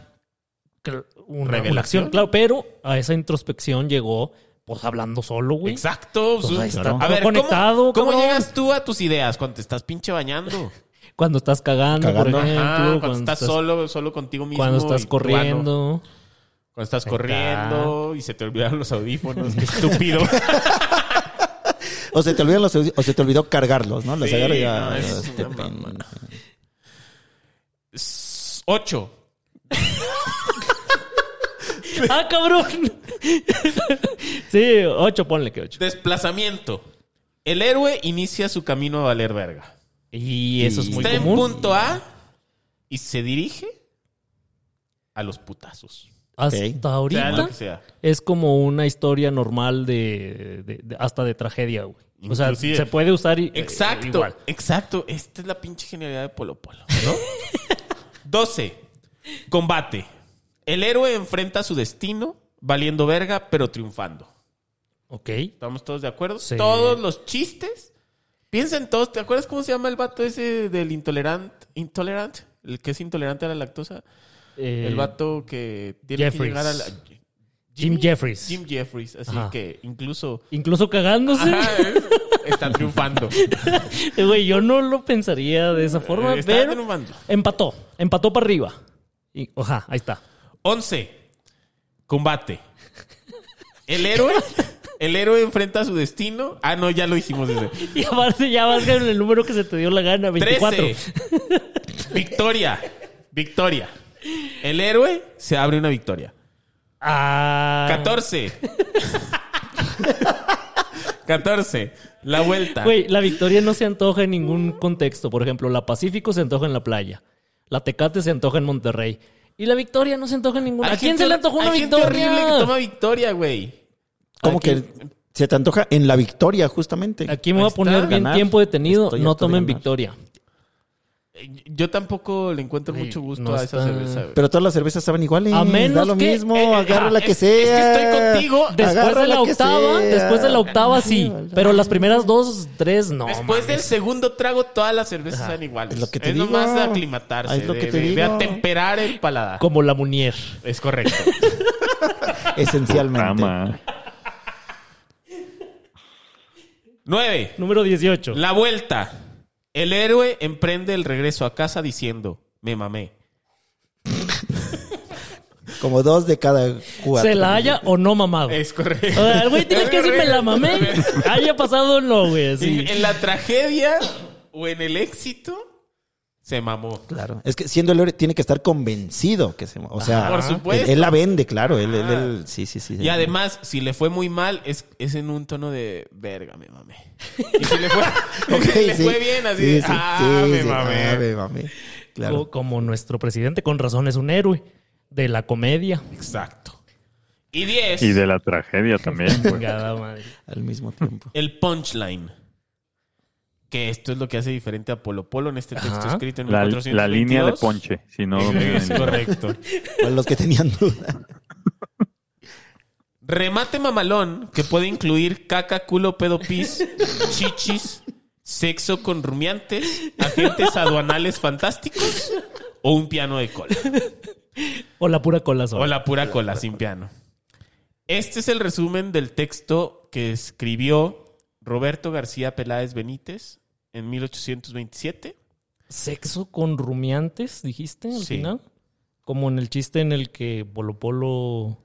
S4: cl- una- una,
S3: Revelación.
S4: acción, claro, pero a esa introspección llegó pues hablando solo, güey.
S3: Exacto.
S4: Pues
S3: su-
S4: ahí está,
S3: A
S4: todo
S3: ver,
S4: conectado,
S3: ¿cómo, cómo
S4: cabrón.
S3: llegas tú a tus ideas cuando te estás pinche
S4: [laughs]
S3: bañando?
S4: Cuando estás cagando,
S6: Cagando.
S4: por ejemplo,
S3: Ah, cuando, estás, solo, solo contigo mismo.
S4: cuando
S3: y
S4: estás
S3: tu ano. [laughs]
S4: corriendo.
S3: Cuando estás
S4: Ahí
S3: corriendo y se te olvidaron los audífonos. Qué
S4: [laughs]
S3: estúpido.
S6: O se te olvidan los o se te olvidó cargarlos, ¿no? Los
S3: Sí,
S6: agarro y ya.
S3: no, es
S6: este
S3: una
S6: pen-
S3: mamada. S- Ocho.
S4: ¡Ah, cabrón! [laughs] sí, ocho, ponle que ocho.
S3: Desplazamiento. El héroe inicia su camino a valer verga.
S4: Y eso es muy
S3: Está
S4: común.
S3: en punto A y se dirige a los putazos.
S4: Hasta
S6: Ok.
S3: Sea
S4: ahorita
S3: lo que sea.
S4: es como una historia normal de, de- de- hasta de tragedia, güey. O sea,
S3: Inclusive.
S4: se puede usar i- eh,
S3: Exacto,
S4: igual.
S3: exacto. Esta es la pinche genialidad de Polo Polo, ¿no? [laughs] 12. Combate. El héroe enfrenta su destino valiendo verga, pero triunfando.
S4: Ok.
S3: ¿Estamos todos de acuerdo?
S4: Sí.
S3: Todos los chistes. Piensen todos, ¿te acuerdas cómo se llama el vato ese del intolerante? ¿Intolerante? El que es intolerante a la lactosa.
S4: Eh,
S3: el vato que tiene que
S4: Jeffries.
S3: llegar a la...
S4: Jim Jeffries.
S3: Jim Jeffries. Así
S4: Ajá.
S3: que incluso...
S4: Incluso cagándose.
S3: Ajá, es- está triunfando.
S4: [laughs] Güey, yo no lo pensaría de esa forma,
S3: Eh, Está
S4: pero
S3: triunfando.
S4: empató. Empató para arriba. Y, oja, ahí está. [laughs]
S3: 11. Combate. El héroe. El héroe enfrenta su destino. Ah, no, ya lo dijimos. ese.
S4: Y aparte ya vas con el número que se te dio la gana, 24.
S3: 13. Victoria. Victoria. El héroe se abre una victoria.
S4: Ah.
S3: 14. 14. La vuelta.
S4: Güey, la victoria no se antoja en ningún contexto. Por ejemplo, la Pacífico se antoja en la playa. La Tecate se antoja en Monterrey. Y la victoria no se antoja en ningún...
S3: Hay
S4: ¿A quién
S3: gente-
S4: se le antoja una
S3: hay gente
S4: victoria?
S3: horrible que toma victoria, güey.
S6: Como que se te antoja en la victoria, justamente.
S4: Aquí me voy
S6: Ahí
S4: a poner
S6: está.
S4: bien
S6: Ganar.
S4: tiempo detenido.
S6: Estoy
S4: no
S6: harto de
S4: tomen
S6: ganar.
S4: victoria.
S3: Yo tampoco le encuentro
S4: Güey,
S3: mucho gusto
S4: no
S3: a esa
S4: está-
S3: cerveza, güey.
S6: Pero todas las cervezas saben iguales.
S4: A menos
S6: da lo
S4: que-
S6: mismo,
S4: eh, eh,
S6: agarra la que
S3: es- es que
S6: sea.
S3: estoy contigo.
S4: Después
S6: Agarra
S4: de la,
S6: que
S4: octava,
S6: sea.
S4: después de la octava sí. Pero las primeras dos, tres, no.
S3: Después
S4: mames.
S3: del segundo trago, todas las cervezas son iguales.
S6: Es lo que te
S3: es
S6: digo.
S3: nomás de aclimatarse.
S6: Es lo
S3: de-
S6: que te
S3: de, de
S6: digo.
S3: atemperar el paladar.
S4: Como la Munier.
S3: Es correcto.
S6: Esencialmente.
S5: Ama.
S3: Nueve.
S4: Número 18.
S3: La vuelta. El héroe emprende el regreso a casa diciendo: Me mamé.
S6: Como dos de cada cuatro.
S4: se la haya o no mamado.
S3: Es
S4: O
S3: correcto.
S4: sea, el güey tiene que decir, me la mamé.
S3: [laughs]
S6: [laughs]
S4: Haya pasado o no, güey. así.
S3: En, en la tragedia o en el éxito, se mamó.
S6: Claro. Es que siendo el héroe tiene que estar convencido que se. O sea,
S3: Por
S6: él-
S3: supuesto. Ah.
S6: Él, la vende, claro. Él, él, él- sí, sí, sí.
S3: Y además, si le fue muy mal, es, es en un tono de verga, me mamé. Y si
S6: [laughs]
S3: le fue,
S6: [laughs]
S3: [laughs]
S6: Ok,
S3: si le
S6: sí.
S3: fue bien, así
S6: Sí,
S3: de,
S6: sí,
S3: ah,
S6: sí,
S3: me
S6: sí,
S3: mamé.
S6: ah, me mamé. Claro.
S4: Co- Como nuestro presidente, con razón, es un héroe de la
S3: [laughs]
S4: comedia.
S3: Exacto. Y 10,
S5: Y de la tragedia también, güey.
S4: Chingada madre.
S6: Al mismo tiempo.
S3: el punchline. Que esto es lo que hace diferente a Polo Polo en este texto
S4: Ajá.
S3: escrito en
S5: La,
S3: 1422.
S5: la línea de ponche, si no...
S3: [laughs] Es correcto.
S6: Para los que tenían duda. [laughs]
S3: Remate mamalón que puede incluir caca, culo, pedo,
S5: [laughs]
S3: pis, chichis, sexo con rumiantes, agentes aduanales fantásticos o un piano de cola.
S4: O la pura cola
S3: O
S4: sola.
S3: la pura cola sin piano. Este es el resumen del texto que escribió Roberto García Peláez Benítez en 1827.
S4: Sexo con rumiantes, dijiste al
S3: Sí.
S4: final. Como en el chiste en el que Polo Polo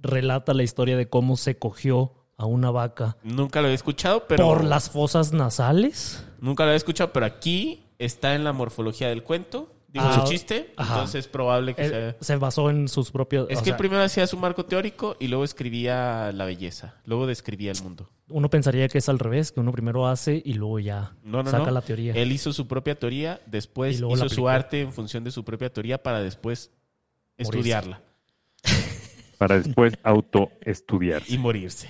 S4: relata la historia de cómo se cogió a una vaca
S3: Nunca lo he escuchado, pero.
S4: por las fosas nasales.
S3: Nunca lo he escuchado, pero aquí está en la morfología del cuento. Digo,
S4: Ah,
S3: su chiste.
S4: ajá.
S3: Entonces es probable que
S4: Él
S3: sea.
S4: Eh, se basó en sus propios.
S3: Es
S4: o
S3: que
S4: sea,
S3: primero hacía su marco teórico y luego escribía la belleza. Luego describía el mundo.
S4: uno pensaría que es al revés, que uno primero hace y luego ya
S3: No, no,
S4: saca
S3: no.
S4: la teoría.
S3: Él hizo su propia teoría, después
S4: Y luego la
S3: hizo su
S4: aplicó.
S3: arte en función de su propia teoría para después
S4: Morirse.
S3: estudiarla
S5: Para después autoestudiar.
S3: y morirse.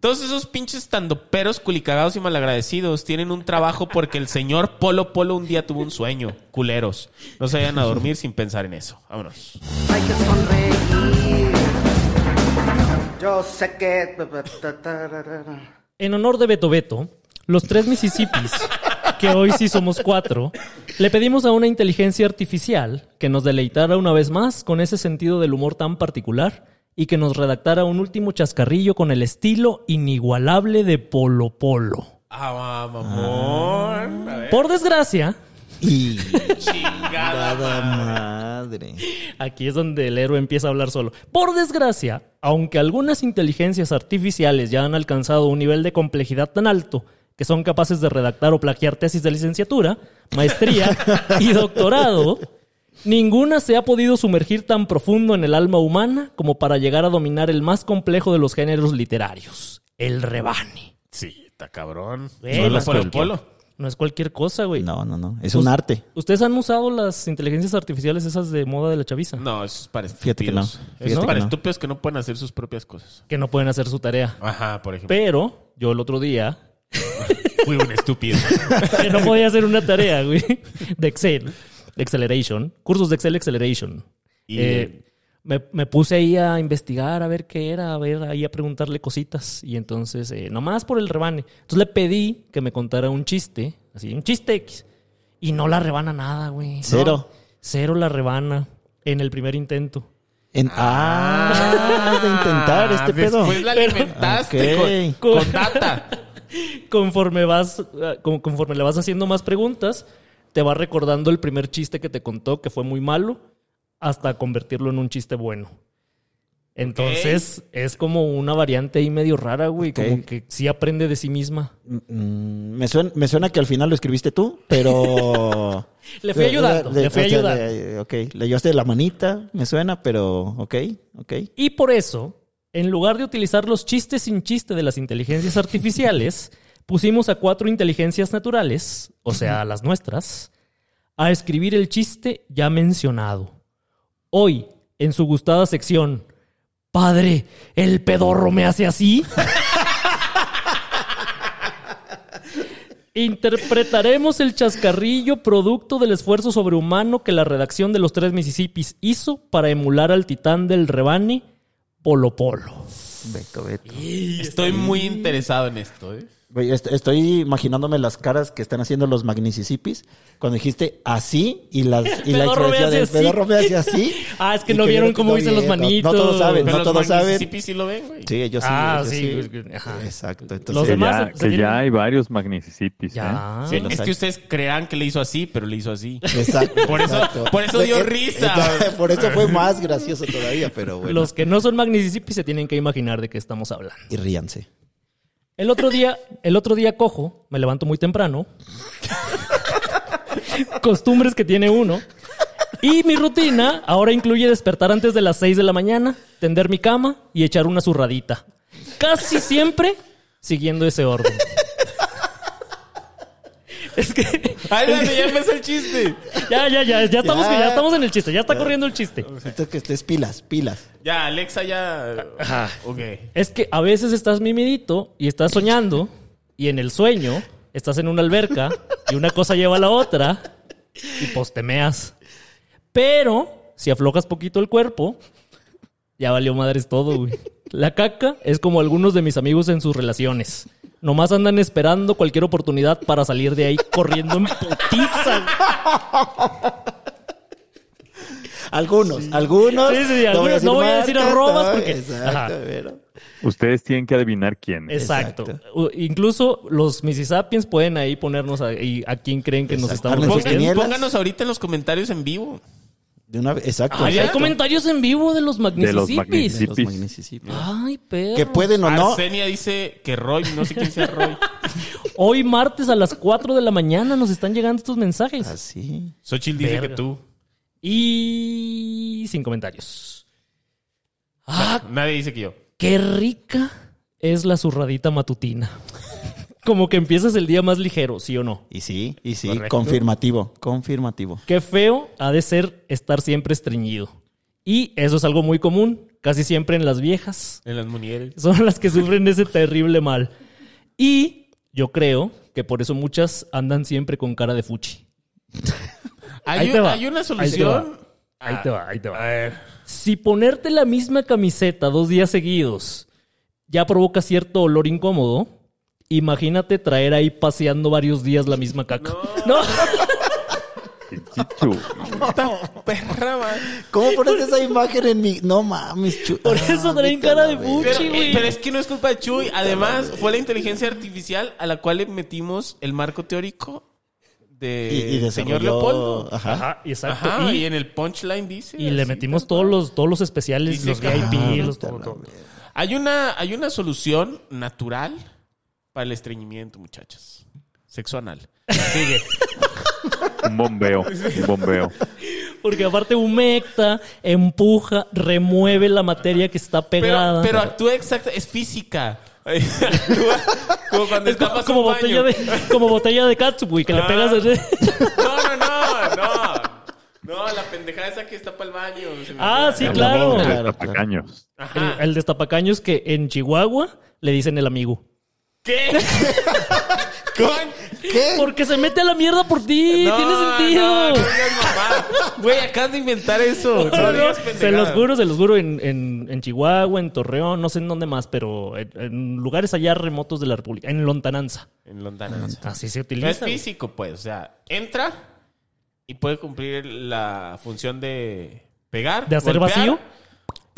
S3: Todos esos pinches tandoperos culicagados y malagradecidos tienen un trabajo porque el señor Polo Polo un día tuvo un sueño. Culeros. No se vayan a dormir sin pensar en eso. Vámonos.
S7: Hay que sonreír. Yo sé que.
S4: En honor de Beto Beto, los tres Mississippis que hoy sí somos cuatro, le pedimos a una inteligencia artificial que nos deleitara una vez más con ese sentido del humor tan particular y que nos redactara un último chascarrillo con el estilo inigualable de Polo Polo.
S3: Ah, mamón. A ver,
S4: Por desgracia,
S6: Y
S3: chingada.
S6: nada madre.
S4: Aquí es donde el héroe empieza a hablar solo. Por desgracia, aunque algunas inteligencias artificiales ya han alcanzado un nivel de complejidad tan alto que son capaces de redactar o plagiar tesis de licenciatura, maestría y doctorado, ninguna se ha podido sumergir tan profundo en el alma humana como para llegar a dominar el más complejo de los géneros literarios, el rebane.
S3: Sí, está cabrón.
S4: Güey,
S3: Solo
S4: no es
S3: polo,
S4: cualquier-
S3: polo.
S4: No es cualquier cosa, güey.
S6: No, no, no. Es un
S3: Pues,
S6: arte.
S4: ¿Ustedes han usado las inteligencias artificiales esas de moda de la chaviza?
S3: No, eso es para
S6: Fíjate que no.
S3: estúpidos.
S6: Fíjate
S3: Eso es
S6: que
S3: para
S6: no.
S3: estúpidos que no pueden hacer sus propias cosas.
S4: Que no pueden hacer su tarea.
S3: Ajá, por ejemplo.
S4: Pero yo el otro día
S3: [laughs] Fui un
S6: [laughs]
S3: estúpido.
S4: que [laughs] no podía hacer una tarea, güey, de Excel, de Acceleration, cursos de Excel Acceleration.
S3: Y-
S4: Eh, me, me puse ahí a investigar, a ver qué era, a ver ahí a preguntarle cositas. Y entonces, eh, nomás por el rebane. Entonces le pedí que me contara un chiste, así, un chiste X. Y no la rebana nada, güey.
S6: Cero.
S4: No, cero la rebana en el primer intento.
S6: En- ah, de intentar este pedo.
S3: Después la alimentaste
S6: Ok.
S3: con, con data.
S4: [laughs] conforme vas eh, con- conforme le vas haciendo más preguntas, te va recordando el primer chiste que te contó que fue muy malo hasta convertirlo en un chiste bueno. Entonces, es como una variante ahí medio rara, güey, como
S6: Ok.
S4: que sí aprende de sí misma.
S6: Mm, me, suena, me suena que al final lo escribiste tú,
S3: [laughs]
S6: pero...
S4: Le fui ayudando, le fui
S6: o sea,
S4: ayudando.
S6: le- Eh, ok, le ayudaste la manita, me suena, pero ok, ok.
S4: Y por eso, en lugar de utilizar los chistes sin chiste de las inteligencias artificiales, pusimos a cuatro inteligencias naturales, o sea, a las nuestras, a escribir el chiste ya mencionado. Hoy, en su gustada sección, Padre, el pedorro me hace así. Interpretaremos el chascarrillo producto del esfuerzo sobrehumano que la redacción de los tres Mississippis hizo para emular al titán del rebane, Polo Polo.
S6: Beto, Beto.
S3: Estoy muy interesado en esto. ¿eh?
S6: Güey, est- Estoy imaginándome las caras que están haciendo los magnicisipis cuando dijiste así
S4: [laughs]
S6: y las y la
S4: Pedorro me
S6: expresión
S4: hace
S6: de
S4: así.
S6: pedorro me hace así.
S4: [laughs] Ah, es que
S6: Y
S4: no vieron cómo
S6: no
S4: hice los
S6: vieron. No-
S4: manitos.
S6: No, todos
S3: Pero
S6: saben, Pues no
S3: los
S6: todos saben.
S3: Mississippi sí lo ven, güey.
S6: Sí, ellos sí.
S4: Ah,
S6: ellos
S4: sí,
S6: sí.
S4: güey, ajá.
S6: Exacto.
S4: Los
S6: Entonces,
S5: Que
S4: demás
S5: ya,
S4: se-
S5: que
S4: se tienen-
S5: ya hay varios magnicisipis. ¿eh?
S4: Ya.
S3: Sí,
S6: lo
S3: es
S6: saben.
S3: que ustedes crean que le hizo así, pero le hizo
S6: [laughs]
S3: así.
S4: [laughs]
S6: Exacto.
S3: Por eso-
S6: exacto.
S3: por eso dio
S6: Eh, eh,
S3: risa.
S6: eh, Por eso fue más gracioso todavía, pero bueno.
S4: Los que no son Magnicipi se tienen que imaginar de qué estamos hablando.
S6: Y ríanse.
S4: El otro día, el otro día cojo, me levanto muy temprano. [laughs] Costumbres que tiene uno. Y mi rutina ahora incluye despertar antes de las 6 de la mañana, tender mi cama y echar una zurradita. Casi siempre siguiendo ese orden. Es que
S3: Ay, dale,
S4: [laughs]
S3: ya empezó el chiste.
S4: ya, ya, ya, ya estamos,
S6: Ya.
S4: ya estamos en el chiste, ya está corriendo el chiste.
S6: Esto que estés pilas, pilas.
S3: Ya, Alexa ya. Ok.
S4: Es que a veces estás mimidito y estás soñando y en el sueño estás en una alberca y una cosa lleva a la otra y postemeas. Pero si aflojas poquito el cuerpo, ya valió madres todo, güey. La caca es como algunos de mis amigos en sus relaciones. Nomás andan esperando cualquier oportunidad para salir de ahí corriendo en putiza. güey.
S6: Algunos, algunos.
S4: Sí, sí, sí, algunos, no voy a decir arrobas porque-
S6: Exacto,
S4: Ajá.
S6: pero-
S5: ¿eh? Ustedes tienen que adivinar quién. es.
S4: Exacto.
S6: Exacto.
S4: U- Incluso los Mississippians pueden ahí ponernos a, y a quién creen que nos
S6: Exacto.
S4: estamos
S6: Pongan-
S4: refiriendo.
S3: Pongan-
S6: ¿Quinielas?
S3: pónganos ahorita en los comentarios en vivo.
S6: De una vez, exacto.
S4: Ay, hay
S6: exacto.
S4: comentarios en vivo de los
S5: De los
S4: Magnicisipis.
S6: De los
S5: Magnicisipis.
S6: magnicisipis.
S4: Ay, perro.
S6: Que pueden o no.
S3: Arsenia dice que Roy, no sé quién sea [laughs] Roy.
S4: Hoy martes a las 4 de la mañana nos están llegando estos
S6: Ah,
S4: mensajes.
S6: Así.
S3: Xochitl dice
S4: Verga.
S3: que tú.
S4: Y sin comentarios. Ah,
S3: Nadie dice que yo.
S4: qué rica es la zurradita matutina. [laughs] Como que empiezas el día más ligero, ¿sí o no?
S6: Y sí, y sí,
S3: Correcto.
S6: confirmativo, confirmativo.
S4: Qué feo ha de ser estar siempre estreñido. Y eso es algo muy común, casi siempre en las viejas,
S3: En las mujeres.
S4: son las que sufren ese terrible mal. Y yo creo que por eso muchas andan siempre con cara de fuchi.
S3: Hay,
S4: Ahí te
S3: un-
S4: va.
S3: hay una
S4: Ahí te
S3: solución.
S4: Ahí te va, ahí te
S3: A
S4: va.
S3: ver.
S4: Si ponerte la misma camiseta dos días seguidos ya provoca cierto olor incómodo, Imagínate traer ahí paseando varios días la misma caca. No.
S5: Chichu.
S3: Perra, man.
S6: ¿Cómo pones esa imagen en mi.? No mames, chu-
S4: Por eso
S6: Ah,
S4: traen
S6: vete a
S4: cara
S6: la
S4: de
S6: verga.
S3: Pero, eh,
S4: Puchi, güey.
S3: pero es que no es culpa de Chuy. Además, fue la inteligencia artificial a la cual le metimos el marco teórico de
S6: Y, y
S3: señor
S6: desarrolló-
S3: Leopoldo.
S6: Ajá.
S4: Ajá, exacto.
S3: Ajá, y,
S4: y,
S3: en el punchline dice.
S4: y le
S3: así,
S4: metimos
S3: tal
S4: todos
S3: cual.
S4: los, todos los especiales,
S3: Dice
S4: los
S3: que-
S4: VIP,
S3: Ah,
S4: los todo, todo.
S3: Hay una, hay una solución natural para el estreñimiento, muchachas. Sexo anal. Sigue.
S5: Un bombeo,
S3: [laughs]
S5: un bombeo.
S4: Porque aparte humecta, empuja, remueve la materia que está
S3: Pero,
S4: pegada.
S3: pero actúa exacta, es física. [laughs] Actúa como cuando
S4: es como,
S3: tapas
S4: como
S3: un
S4: botella
S3: baño.
S4: de, como botella de catsup, güey, que le
S3: Ah.
S4: pegas. así.
S3: [laughs]
S4: [laughs]
S3: No, no, no, no. No, la pendejada esa que está para el baño. se me
S4: Ah,
S3: olvidó.
S4: sí, claro.
S6: boca.
S5: De
S6: Claro,
S5: tapacaños.
S3: Ajá.
S4: El, el destapacaños que en Chihuahua le dicen el amigo.
S3: ¿Qué?
S4: [laughs]
S3: ¿Con?
S6: ¿Qué?
S4: Porque se mete a la mierda por ti.
S3: ¿Eh? No,
S4: Tiene sentido.
S3: No,
S4: [laughs]
S3: no digas mamá. Güey, acabas de inventar eso.
S4: No,
S3: No,
S4: no,
S3: digas
S4: se los
S3: pendejada.
S4: juro, se los juro en, en- en Chihuahua, en Torreón, no sé en dónde más, pero en, en lugares allá remotos de la República, en Lontananza.
S3: En Londana.
S4: Así
S3: No
S4: se
S3: es
S4: utiliza.
S3: físico, pues. O sea, entra y puede cumplir la función de pegar.
S4: ¿De hacer vacío?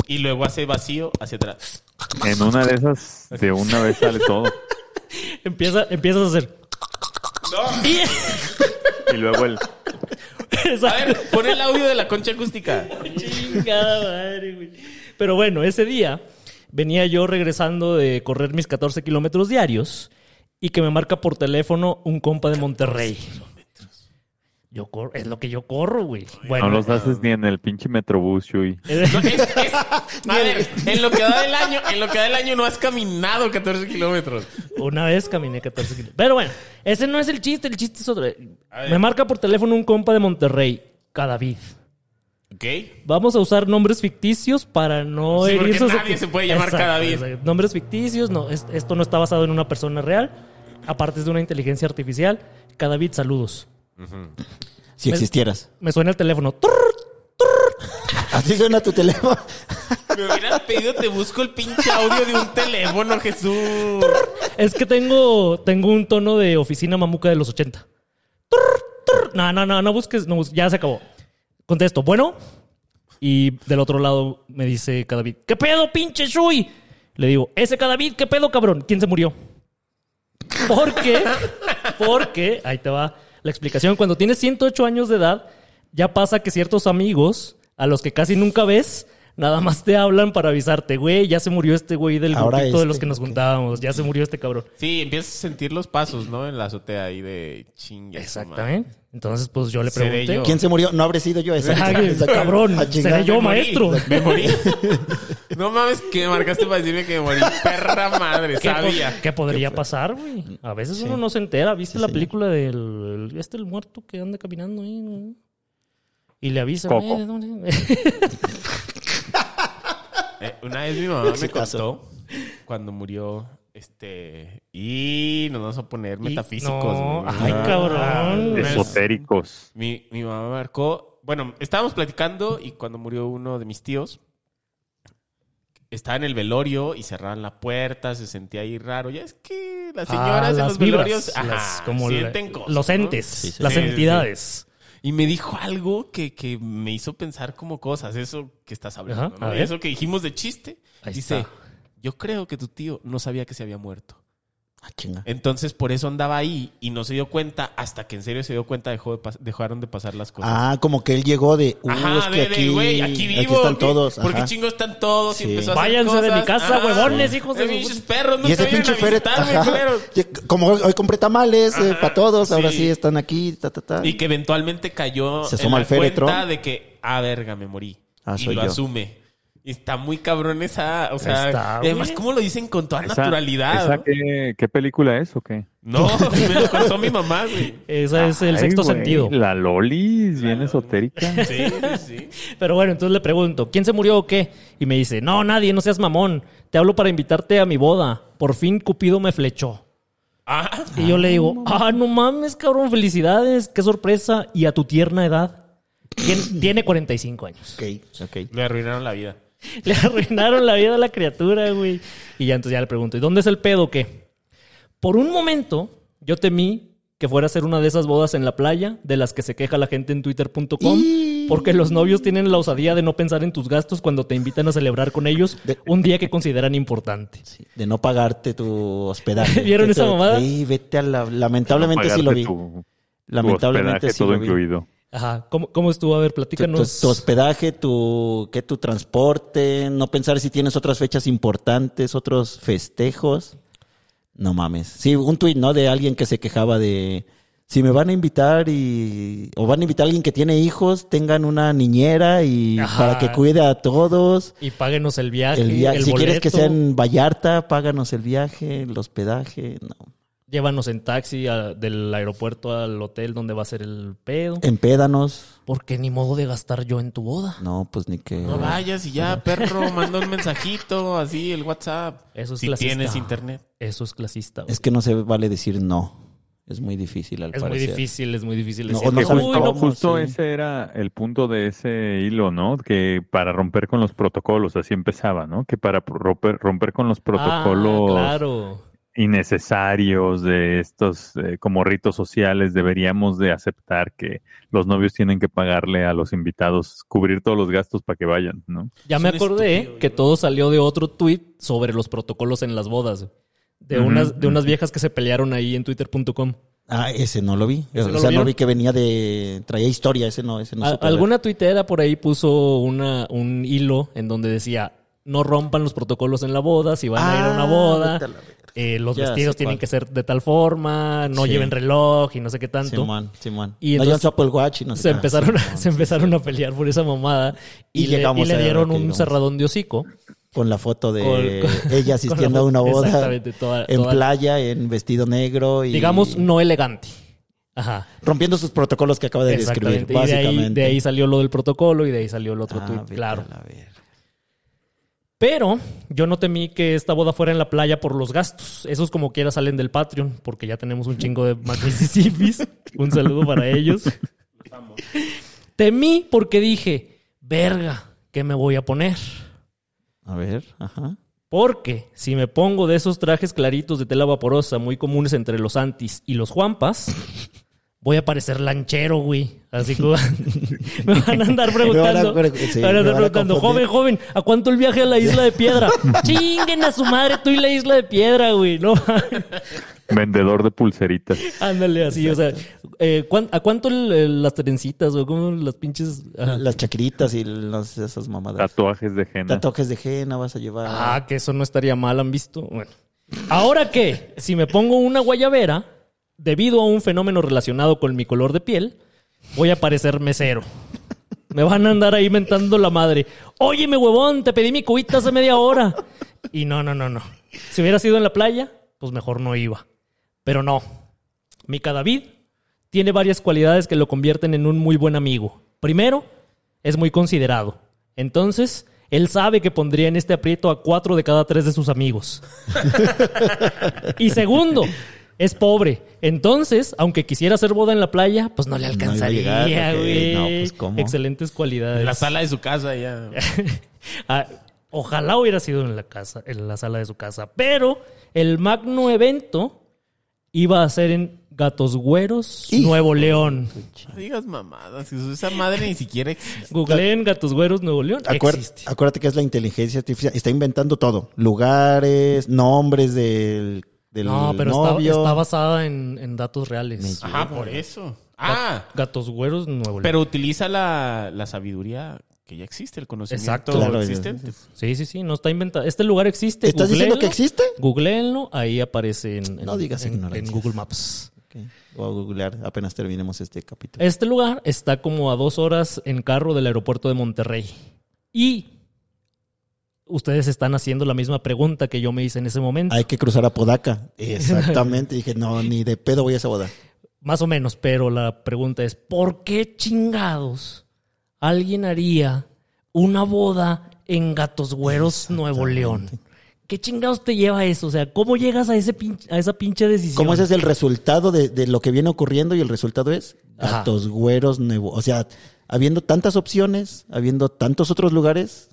S3: Y luego hace vacío hacia atrás.
S5: En una de esas, de una vez sale todo.
S4: Empieza, empiezas a hacer.
S3: [laughs]
S4: [laughs]
S5: Y luego el.
S3: A
S4: Exacto.
S3: ver, pon el audio de la concha acústica.
S4: Chingada madre, güey. Pero bueno, ese día venía yo regresando de correr mis 14 kilómetros diarios y que me marca por teléfono un compa de Monterrey. Yo corro, es lo que yo corro, güey. Bueno,
S5: No los haces ni en el pinche metrobús, Chuy.
S3: No, es- [laughs] es- a ver, en lo que da del año, en lo que da del año no has caminado 14 kilómetros.
S4: [laughs] Una vez caminé 14 kilómetros. Pero bueno, ese no es el chiste, el chiste es otro.
S3: A ver.
S4: Me marca por teléfono un compa de Monterrey, Cadavid.
S3: ¿Ok?
S4: Vamos a usar nombres ficticios para no
S3: Sí, porque
S4: herir sus-
S3: nadie se puede llamar Cadavid.
S4: exacto. Nombres ficticios, no, es- esto no está basado en una persona real, aparte es de una inteligencia artificial. Cadavid, saludos.
S6: Si existieras. [laughs]
S4: Me suena el teléfono. Turr.
S6: Así suena tu teléfono.
S3: Me hubieras pedido, te busco el pinche audio de un teléfono, Jesús.
S4: Es que tengo, tengo un tono de oficina mamuca de los 80. Turr, turr. No, no, no, no busques, no busques. Ya se acabó. Contesto, bueno. Y del otro lado me dice Cadavid, ¿qué pedo, pinche Shui? Le digo, ese Cadavid, ¿qué pedo, cabrón? ¿Quién se murió? ¿Por qué? Porque, ahí te va la explicación. Cuando tienes 108 años de edad, ya pasa que ciertos amigos, a los que casi nunca ves, nada más te hablan para avisarte, güey, ya se murió este güey del
S6: Ahora
S4: grupito de los
S6: este,
S4: que nos
S6: ok.
S4: juntábamos, ya se murió este cabrón.
S3: Sí, empiezas a sentir los pasos, ¿no? En la azotea ahí de chingue. su madre.
S4: Exactamente. Entonces, pues yo le
S3: Seré
S4: pregunté.
S3: yo.
S6: ¿Quién se murió? No habré sido yo. [laughs] ese
S4: Ah, que- [laughs] cabrón, seré yo,
S3: Me morí,
S4: maestro.
S3: Me morí. No mames que me marcaste para decirme que me morí. Perra madre,
S4: ¿Qué, po-
S3: sabía.
S4: qué podría pasar, güey? A veces uno no se entera. ¿Viste la película del el- este el muerto que anda caminando ahí? no? Y le avisan.
S5: Coco.
S4: "Eh, no, no". [laughs]
S3: Eh, una vez mi mamá me
S6: Exitazo.
S3: contó cuando murió este y nos vamos a poner metafísicos.
S4: no.
S3: güey.
S4: Ay, cabrón.
S3: Una vez
S5: Esotéricos.
S3: Mi, mi mamá marcó. Bueno, estábamos platicando y cuando murió uno de mis tíos, estaba en el velorio y cerraban la puerta, se sentía ahí raro. Ya es que las señoras
S4: Ah,
S3: en
S4: las
S3: los
S4: vibras,
S3: velorios ajá,
S4: las- como la-
S3: sienten cosas,
S4: los
S3: ¿no?
S4: entes,
S6: sí.
S4: las
S3: Sí, sí, sí.
S4: entidades.
S3: Y me dijo algo que, que me hizo pensar como cosas, eso que estás hablando,
S4: Ajá,
S3: ¿no?
S4: a
S3: Y
S4: ver.
S3: eso que dijimos de chiste.
S4: Ahí
S3: Dice,
S4: está.
S3: yo creo que tu tío no sabía que se había muerto.
S6: Ah, chinga.
S3: Entonces por eso andaba ahí y no se dio cuenta hasta que en serio se dio cuenta dejó de pas- dejaron de pasar las cosas.
S6: Ah, como que él llegó de. Uh,
S3: Ajá,
S6: es que
S3: de- de,
S6: aquí,
S3: güey, aquí, vivo.
S6: están
S3: ¿qué?
S6: todos.
S3: ¿Por qué
S6: ajá.
S3: chingo están todos? Y
S6: Sí.
S3: empezó a hacer
S4: Váyanse de
S3: cosas.
S4: mi casa,
S3: Ajá.
S4: huevones, hijos de
S3: Eh,
S4: su
S3: pinches
S4: puta-
S3: perros, nunca
S6: Y ese
S3: vienen
S6: pinche
S3: a
S6: Feret.
S3: visitarme,
S6: ajá.
S3: culeros.
S6: Como hoy, hoy compré tamales eh,
S3: Ajá,
S6: para todos, ahora
S3: sí.
S6: sí están aquí. Ta, ta, ta.
S3: Y que eventualmente cayó
S6: Se
S3: en
S6: asoma
S3: la
S6: al féretro.
S3: cuenta de que, ah, verga, me morí.
S6: Ah,
S3: y
S6: soy
S3: lo
S6: yo.
S3: asume. Y está muy cabrón esa, o sea,
S4: Está,
S3: y además
S4: güey.
S3: cómo lo dicen con toda
S5: Esa-
S3: naturalidad.
S5: esa qué, qué película es o qué?
S3: No, [laughs] me lo contó mi mamá, güey.
S4: Ese es el
S5: Ay,
S4: sexto
S5: güey,
S4: sentido.
S5: La Loli es bien esotérica.
S3: Sí, sí, sí.
S4: Pero bueno, entonces le pregunto, ¿quién se murió o qué? Y me dice, no, nadie, no seas mamón. Te hablo para invitarte a mi boda. Por fin Cupido me flechó.
S3: Ah,
S4: Y yo le digo, ah, no mames, cabrón, felicidades, qué sorpresa. Y a tu tierna edad,
S6: [clears throat]
S4: Tien- tiene 45 años. [laughs]
S6: Ok, ok.
S3: le arruinaron la vida.
S4: Le arruinaron la vida a la criatura, güey. Y ya entonces ya le pregunto, ¿y dónde es el pedo o qué? Por un momento, yo temí que fuera a ser una de esas bodas en la playa de las que se queja la gente en twitter.com porque los novios tienen la osadía de no pensar en tus gastos cuando te invitan a celebrar con ellos
S6: De-
S4: un día que consideran importante.
S6: Sí, de no pagarte tu
S3: [laughs]
S6: hospedaje.
S4: ¿Vieron esa
S6: Vete-
S4: mamada?
S6: Sí, vete a la... Lamentablemente sí lo
S5: Pagarte
S6: vi.
S5: tu- tu
S6: Lamentablemente
S5: hospedaje,
S6: sí
S5: todo
S6: lo vi.
S5: incluido.
S4: Ajá, ¿cómo, cómo estuvo? A ver,
S6: Tu, tu-
S4: platícanos.
S6: tu hospedaje, tu, ¿qué, tu transporte, no pensar si tienes otras fechas importantes, otros festejos. No mames. Sí, un tuit, ¿no? De alguien que se quejaba de si me van a invitar y o van a invitar a alguien que tiene hijos, tengan una niñera y
S4: Ajá.
S6: para que cuide a todos.
S4: Y páguenos el viaje,
S6: El viaje,
S4: el
S6: si quieres que
S4: boleto,
S6: sea en Vallarta, páganos el viaje, el hospedaje, no.
S4: Llévanos en taxi a- del aeropuerto al hotel donde va a ser el pedo.
S6: Eh. Empédanos.
S4: Porque ni modo de gastar yo en tu boda.
S6: No, pues ni que
S3: No vayas y ya, perro, manda un mensajito, así, el WhatsApp.
S4: Eso es
S3: si
S4: clasista.
S3: tienes internet.
S4: Eso es clasista. güey.
S6: es que no se vale decir no. Es muy difícil al
S4: Es muy
S6: parecer.
S4: difícil, es muy difícil.
S6: No,
S4: decir,
S6: no
S5: Que
S6: sabes
S4: "Uy,
S5: justo
S6: cómo,
S5: justo
S6: sí.
S5: ese era el punto de ese hilo, ¿no? Que para romper con los protocolos, así empezaba, ¿no? Que para romper, romper con los
S4: Ah,
S5: protocolos
S4: claro.
S5: innecesarios de estos eh, como ritos sociales, deberíamos de aceptar que los novios tienen que pagarle a los invitados, cubrir todos los gastos para que vayan, ¿no?
S4: Ya me
S3: Es un
S4: acordé
S3: estúpido,
S4: que
S3: yo-
S4: todo salió de otro tweet sobre los protocolos en las bodas. De,
S5: Ujú,
S4: unas, de unas
S5: ujú.
S4: viejas que se pelearon ahí en twitter.com.
S6: Ah, ese no lo vi.
S4: ¿Ese
S6: o
S4: no lo
S6: sea, no
S4: vieron?
S6: vi que venía de. Traía historia, ese no, ese no.
S4: A-
S6: supe ver.
S4: Alguna tuitera por ahí puso una, un hilo en donde decía, no rompan los protocolos en la boda, si van a ir a una
S6: Ah,
S4: boda,
S6: vete a la verga.
S4: eh, los
S6: Ya
S4: vestidos
S6: sé
S4: tienen
S6: cuál.
S4: que ser de tal forma, no
S6: Sí.
S4: lleven reloj y no sé qué tanto.
S6: Simón, Simón.
S4: Y
S6: no,
S4: entonces-
S6: yo uso Apple Watch y no sé
S4: se
S6: qué.
S4: empezaron, a,
S6: Simón,
S4: se empezaron a pelear por esa mamada y,
S6: Y
S4: le,
S6: llegamos
S4: y le
S6: a-
S4: dieron
S6: ok,
S4: un
S6: llegamos.
S4: cerradón de hocico.
S6: Con la foto de
S4: Con- con-
S6: [laughs] ella asistiendo a una boda.
S4: Exactamente, toda-
S6: En
S4: toda-
S6: playa, en vestido negro y.
S4: Digamos, no elegante. Ajá.
S6: Rompiendo sus protocolos que acaba de describir,
S4: Exactamente. Y de
S6: básicamente.
S4: ahí, de ahí salió lo del protocolo y de ahí salió el otro
S6: Ah,
S4: tuit,
S6: vete
S4: claro.
S6: a la verga.
S4: Pero yo no temí que esta boda fuera en la playa por los gastos. Esos como quiera salen del Patreon, porque ya tenemos un chingo de más Mississippis. un saludo para ellos. Temí porque dije, verga, ¿qué me voy a poner?
S6: A ver, ajá.
S4: Porque si me pongo de esos trajes claritos de tela vaporosa muy comunes entre los antis y los
S6: [laughs]
S4: juampas, voy a parecer lanchero, güey. Así que [laughs] me
S6: [laughs]
S4: van a andar preguntando.
S6: Me van a- sí,
S4: me van a
S6: me
S4: andar
S6: van a
S4: preguntando, joven, joven,
S6: confundir.
S4: ¿a cuánto el viaje a la isla de
S6: [laughs]
S4: piedra? Chinguen a su madre, tú y la isla de piedra, güey. No, [laughs]
S5: Vendedor de pulseritas.
S4: ándale así, o sea, eh, ¿cuán- ¿a cuánto el- el- las trencitas o como las pinches? Ah,
S6: Las chacritas y las- esas mamadas.
S5: Tatuajes de henna.
S6: Tatuajes de henna vas a llevar.
S4: Ah, que eso no estaría mal, ¿han visto? Bueno. ¿Ahora qué? Si me pongo una guayabera, debido a un fenómeno relacionado con mi color de piel, voy a parecer mesero. Me van a andar ahí mentando la madre. Óyeme, huevón, te pedí mi cubita hace media hora. Y no, no, no, no. Si hubiera sido en la playa, pues mejor no iba. Pero no. Mica David tiene varias cualidades que lo convierten en un muy buen amigo. Primero, es muy considerado. Entonces, él sabe que pondría en este aprieto a cuatro de cada tres de sus
S6: [laughs]
S4: amigos. y segundo, es pobre. Entonces, aunque quisiera hacer boda en la playa, pues no le
S6: No iba a llegar,
S4: alcanzaría,
S6: ok.
S4: güey.
S6: No, pues, ¿cómo?
S4: Excelentes cualidades.
S3: En la sala de su casa
S4: [laughs]
S3: ya.
S4: Ah, ojalá hubiera sido en la casa, en la sala de su casa. Pero el magno evento iba a ser en Gatos Güeros,
S6: Hijo
S4: Nuevo León.
S3: No digas mamadas, Jesús, esa madre ni siquiera existe.
S4: Googleen Gatos Güeros, Nuevo León.
S6: Acuer-
S4: Existe.
S6: acuérdate que es la inteligencia artificial. Está inventando todo. Lugares, nombres del, del
S4: No, pero está,
S6: novio.
S4: está basada en, en datos reales.
S6: Me-
S3: Ajá, por eso. Ah,
S4: Gatos Güeros, Nuevo León.
S3: pero utiliza la, la sabiduría que ya existe, el conocimiento
S4: Exacto.
S6: Claro,
S3: existente.
S4: Sí, sí, sí, no está inventado. Este lugar existe.
S6: ¿Estás diciendo que
S4: googleenlo.
S6: existe?
S4: Googleenlo, ahí aparece en, en-
S6: No digas
S4: en- en
S6: ignorancias.
S4: Google Maps.
S6: Ok, Voy a googlear apenas terminemos este capítulo.
S4: Este lugar está como a dos horas en carro del aeropuerto de Monterrey. Y ustedes están haciendo la misma pregunta que yo me hice en ese momento.
S6: Hay que cruzar Apodaca.
S4: [laughs]
S6: Exactamente. Dije, no, ni de pedo voy a esa boda.
S4: Más o menos, pero la pregunta es, ¿por qué chingados alguien haría una boda en Gatos Güeros, Nuevo León? ¿Qué chingados te lleva a eso? O sea, ¿cómo llegas a, ese pin- a esa pinche decisión?
S6: ¿Cómo ese es el resultado de, de lo que viene ocurriendo? Y el resultado es
S4: Ajá.
S6: gatos güeros nuevo. O sea, habiendo tantas opciones, habiendo tantos otros lugares,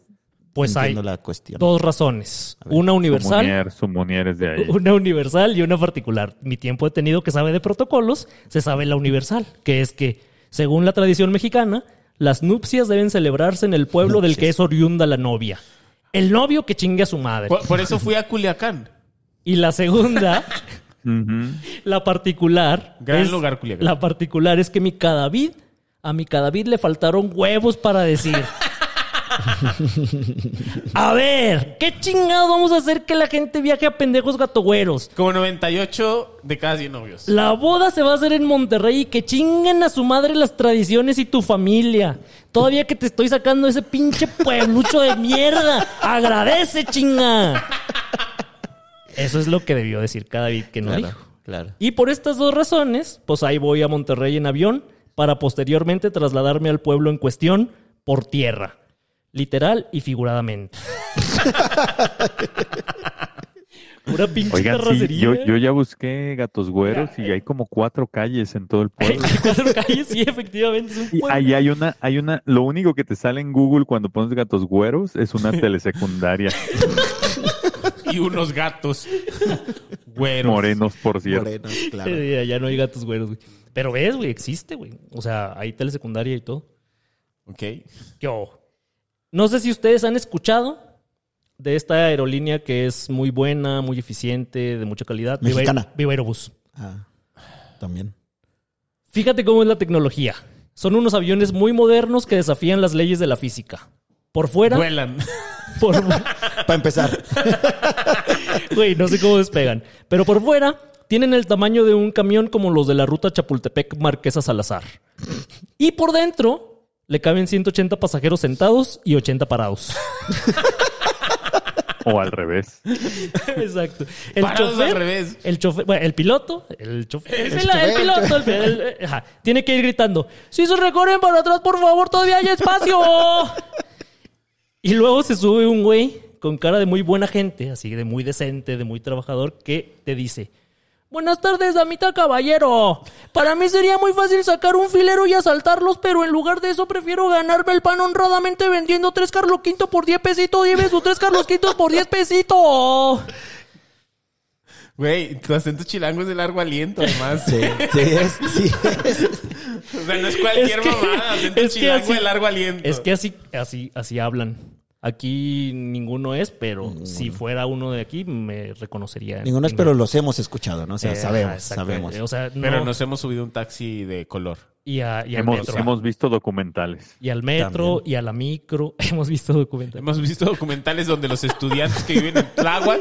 S4: Pues hay
S6: entiendo la cuestión.
S4: dos razones.
S6: A ver,
S4: Una universal
S5: Munier, su Munier es de ahí.
S4: [laughs] una universal y una particular. Mi tiempo detenido que sabe de protocolos, se sabe la universal, que es que, según la tradición mexicana, las nupcias deben celebrarse en el pueblo del que es oriunda la novia. El novio que chingue a su madre.
S3: Por, por eso fui a Culiacán.
S4: Y
S3: [laughs]
S4: la segunda,
S5: Ujú.
S4: la particular.
S3: Gran
S4: es-
S3: lugar, Culiacán.
S4: La particular es que mi cadavid, a mi cadavid le faltaron huevos
S3: [laughs]
S4: para decir. a ver, ¿qué chingados vamos a hacer que la gente viaje a pendejos gatogüeros?
S3: Como 98 de cada 100 novios.
S4: La boda se va a hacer en Monterrey y que chinguen a su madre las tradiciones y tu familia. Todavía que te estoy sacando ese pinche pueblucho de mierda. Agradece, chinga. Eso es lo que debió decir cada vez que no
S6: Claro,
S4: dijo.
S6: claro.
S4: Y por estas dos razones, pues ahí voy a Monterrey en avión para posteriormente trasladarme al pueblo en cuestión por tierra. Literal y figuradamente. [laughs] Una pinche
S5: Oigan, sí,
S4: terracería.
S5: yo, yo ya busqué Eh, gatos güeros y hay como cuatro calles en todo
S4: [laughs]
S5: el pueblo.
S4: Cuatro calles, sí, efectivamente. Es un
S5: Y
S4: pueblo.
S5: ahí hay una, hay una, lo único que te sale en Google cuando pones gatos güeros es una telesecundaria.
S3: Y unos gatos. Güeros.
S5: Morenos, por cierto.
S6: Morenos, claro.
S4: [laughs] Eh, allá no hay gatos güeros, güey. Pero ves, güey, existe, güey. O sea, hay telesecundaria y todo.
S3: Ok.
S4: ¿Qué ojo? No sé si ustedes han escuchado de esta aerolínea que es muy buena, muy eficiente, de mucha calidad. Viva Aer-
S6: Mexicana.
S4: Viva Aerobús.
S6: Ah, también.
S4: Fíjate cómo es la tecnología. Son unos aviones muy modernos que desafían las leyes de la física. Por fuera,
S3: Vuelan. [laughs]
S4: por,
S6: [laughs] Para empezar,
S4: [laughs] güey, no sé cómo despegan. Pero por fuera, tienen el tamaño de un camión como los de la ruta Chapultepec Marquesa Salazar. Y por dentro, le caben 180 pasajeros sentados y 80 parados.
S5: O al
S4: [laughs]
S5: revés.
S4: Exacto. El
S3: Parados
S4: chofer-
S3: al revés.
S4: El chofer, bueno, el piloto, el chofer, el, el
S6: chofer.
S4: piloto, el- el- ajá, tiene que ir gritando, si se recorren para atrás, por favor, todavía hay espacio. y luego se sube un güey con cara de muy buena gente, así de muy decente, de muy trabajador, que te dice, buenas tardes, damita caballero, para mí sería muy fácil sacar un filero y asaltarlos, pero en lugar de eso prefiero ganarme el pan honradamente vendiendo tres Carlos Quinto por 10 pesitos, lleve sus tres Carlos Quintos por 10 pesitos.
S3: Güey, tu acento chilango es de largo aliento, además.
S4: [laughs]
S6: sí, sí es, sí es.
S3: O sea, no es cualquier
S4: Es que-
S3: mamada. Acento
S4: es que
S3: chilango
S4: así-
S3: de largo aliento.
S4: Es que así, así, así hablan. Aquí ninguno es, pero si fuera uno de aquí me reconocería.
S6: Ninguno es, pero los hemos escuchado, ¿no? O sea,
S4: Eh,
S6: sabemos,
S4: exacto.
S6: sabemos.
S4: O sea, no-
S3: Pero nos hemos subido un taxi de color.
S4: y, a- y al
S5: Hemos,
S4: metro.
S5: hemos visto documentales.
S4: y al metro, y a la micro. [laughs] Hemos visto documentales.
S3: Hemos visto documentales donde los estudiantes que viven en Tláhuac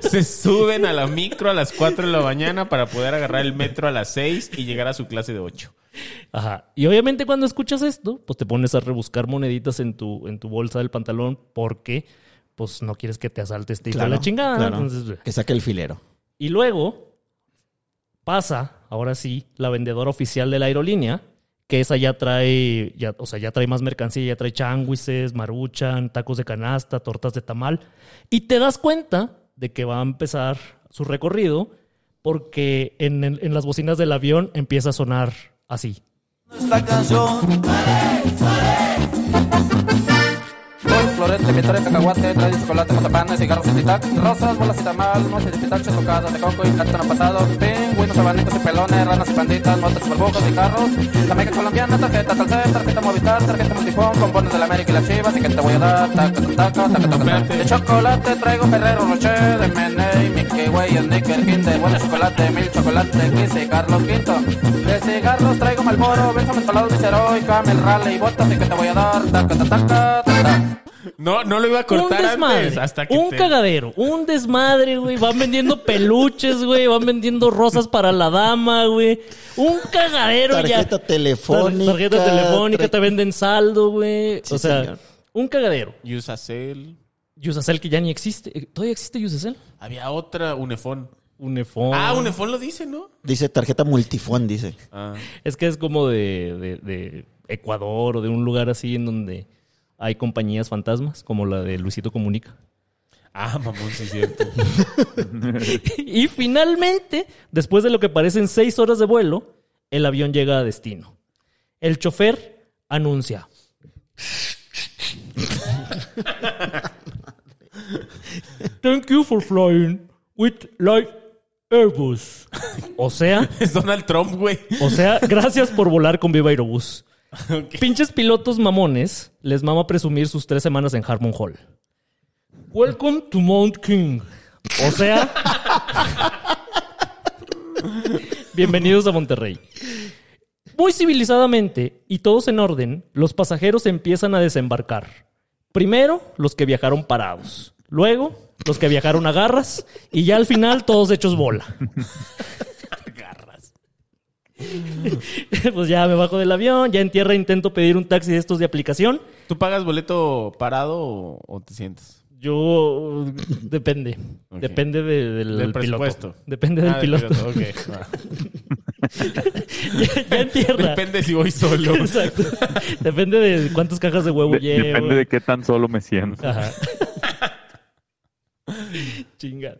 S3: se suben a la micro a las 4 de la mañana para poder agarrar el metro a las 6 y llegar a su clase de 8.
S4: Ajá. Y obviamente cuando escuchas esto, pues te pones a rebuscar moneditas en tu, en tu bolsa del pantalón porque pues no quieres que te asalte este hijo de la chingada.
S6: claro.
S4: Entonces, eh.
S6: que saque el filero.
S4: Y luego pasa, ahora sí, la vendedora oficial de la aerolínea, que esa ya trae, ya, o sea, ya trae más mercancía, ya trae changuises, maruchan, tacos de canasta, tortas de tamal. Y te das cuenta de que va a empezar su recorrido porque en, en- en las bocinas del avión empieza a sonar así.
S8: esta canción. Flor, florete, vitores, cacahuate, trae chocolate, mazapán, cigarros, titac, rosas, bolas y tamal, noche de pitacho, tocadas de coco y plátano pasado, pingüinos, abanicos y pelones, ranas y panditas, motos y burbujas y carros, la meca colombiana, tarjeta calcer, tarjeta movistar, tarjeta multifón, compones de la América y las chivas, y que te voy a dar, taca, taca, taca, taca, taca. De chocolate traigo Ferrero Rocher, de Meney, Mickey Way, Snicker, Kinder, bueno chocolate, mil chocolate, Chris y Carlos Quinto. De cigarros traigo Malboro, Benzo Mentolado, Viceroy, Camel, Raleigh, botas, y que te voy a dar, taca, taca, taca, taca.
S3: No, no lo iba a
S4: Un
S3: cortar antes
S4: desmadre,
S3: hasta que
S4: un
S3: te-
S4: cagadero, un desmadre, güey. Van vendiendo peluches, güey. Van vendiendo rosas para la dama, güey. Un cagadero ya.
S6: Tarjeta telefónica.
S4: Tar- Tarjeta telefónica,
S6: tra-
S4: te venden saldo, güey.
S6: Sí,
S4: o sea,
S6: señor.
S4: un cagadero.
S3: Y Usacel.
S4: Yusacel que ya ni existe. Eh, ¿Todavía existe Yusacel?
S3: Había otra, Unefón.
S4: Unefón.
S3: Ah, Unefón lo dice, ¿no?
S6: Dice tarjeta multifón, dice.
S3: Ah.
S4: Es que es como de, de- de Ecuador o de un lugar así en donde hay compañías fantasmas, como la de Luisito Comunica.
S3: Ah, mamón, sí es cierto.
S4: [laughs] y finalmente, después de lo que parecen seis horas de vuelo, el avión llega a destino. El chofer anuncia. Thank you for flying with Light Airbus. O sea,
S3: [laughs] Es Donald Trump, güey.
S4: o sea, gracias por volar con Viva Aerobús. Pinches pilotos mamones les mama presumir sus tres semanas en Harmon Hall. Welcome to Mount King. O sea, bienvenidos a Monterrey. Muy civilizadamente y todos en orden, los pasajeros empiezan a desembarcar. Primero, los que viajaron parados. Luego, los que viajaron a garras. Y ya al final, todos hechos bola. [laughs] pues ya me bajo del avión, ya en tierra intento pedir un taxi de estos de aplicación.
S3: ¿Tú pagas boleto parado o, o te sientes?
S4: Yo uh, depende,
S3: Ok.
S4: depende de- del,
S3: Del
S4: piloto.
S3: presupuesto.
S4: Depende del
S3: Ah,
S4: piloto. [laughs]
S3: ok, va.
S4: ya en tierra.
S3: Depende si voy
S4: [laughs]
S3: solo.
S4: Exacto. Depende de cuántas cajas de huevo
S5: De-
S4: llevo.
S5: depende de qué tan solo me siento.
S4: Ajá. [laughs] Chinga.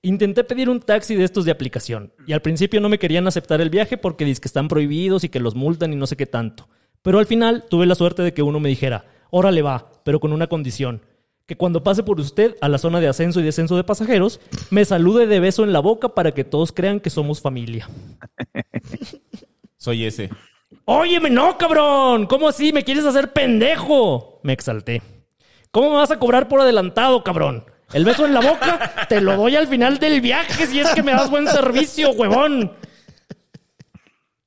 S4: Intenté pedir un taxi de estos de aplicación y al principio no me querían aceptar el viaje porque dicen que están prohibidos y que los multan y no sé qué tanto. Pero al final tuve la suerte de que uno me dijera, órale va, pero con una condición, que cuando pase por usted a la zona de ascenso y descenso de pasajeros, me salude de beso en la boca para que todos crean que somos familia.
S3: Soy ese.
S4: Óyeme, no, cabrón. ¿Cómo así? ¿Me quieres hacer pendejo? Me exalté. ¿Cómo me vas a cobrar por adelantado, cabrón? El beso en la boca te lo doy al final del viaje si es que me das buen servicio, huevón.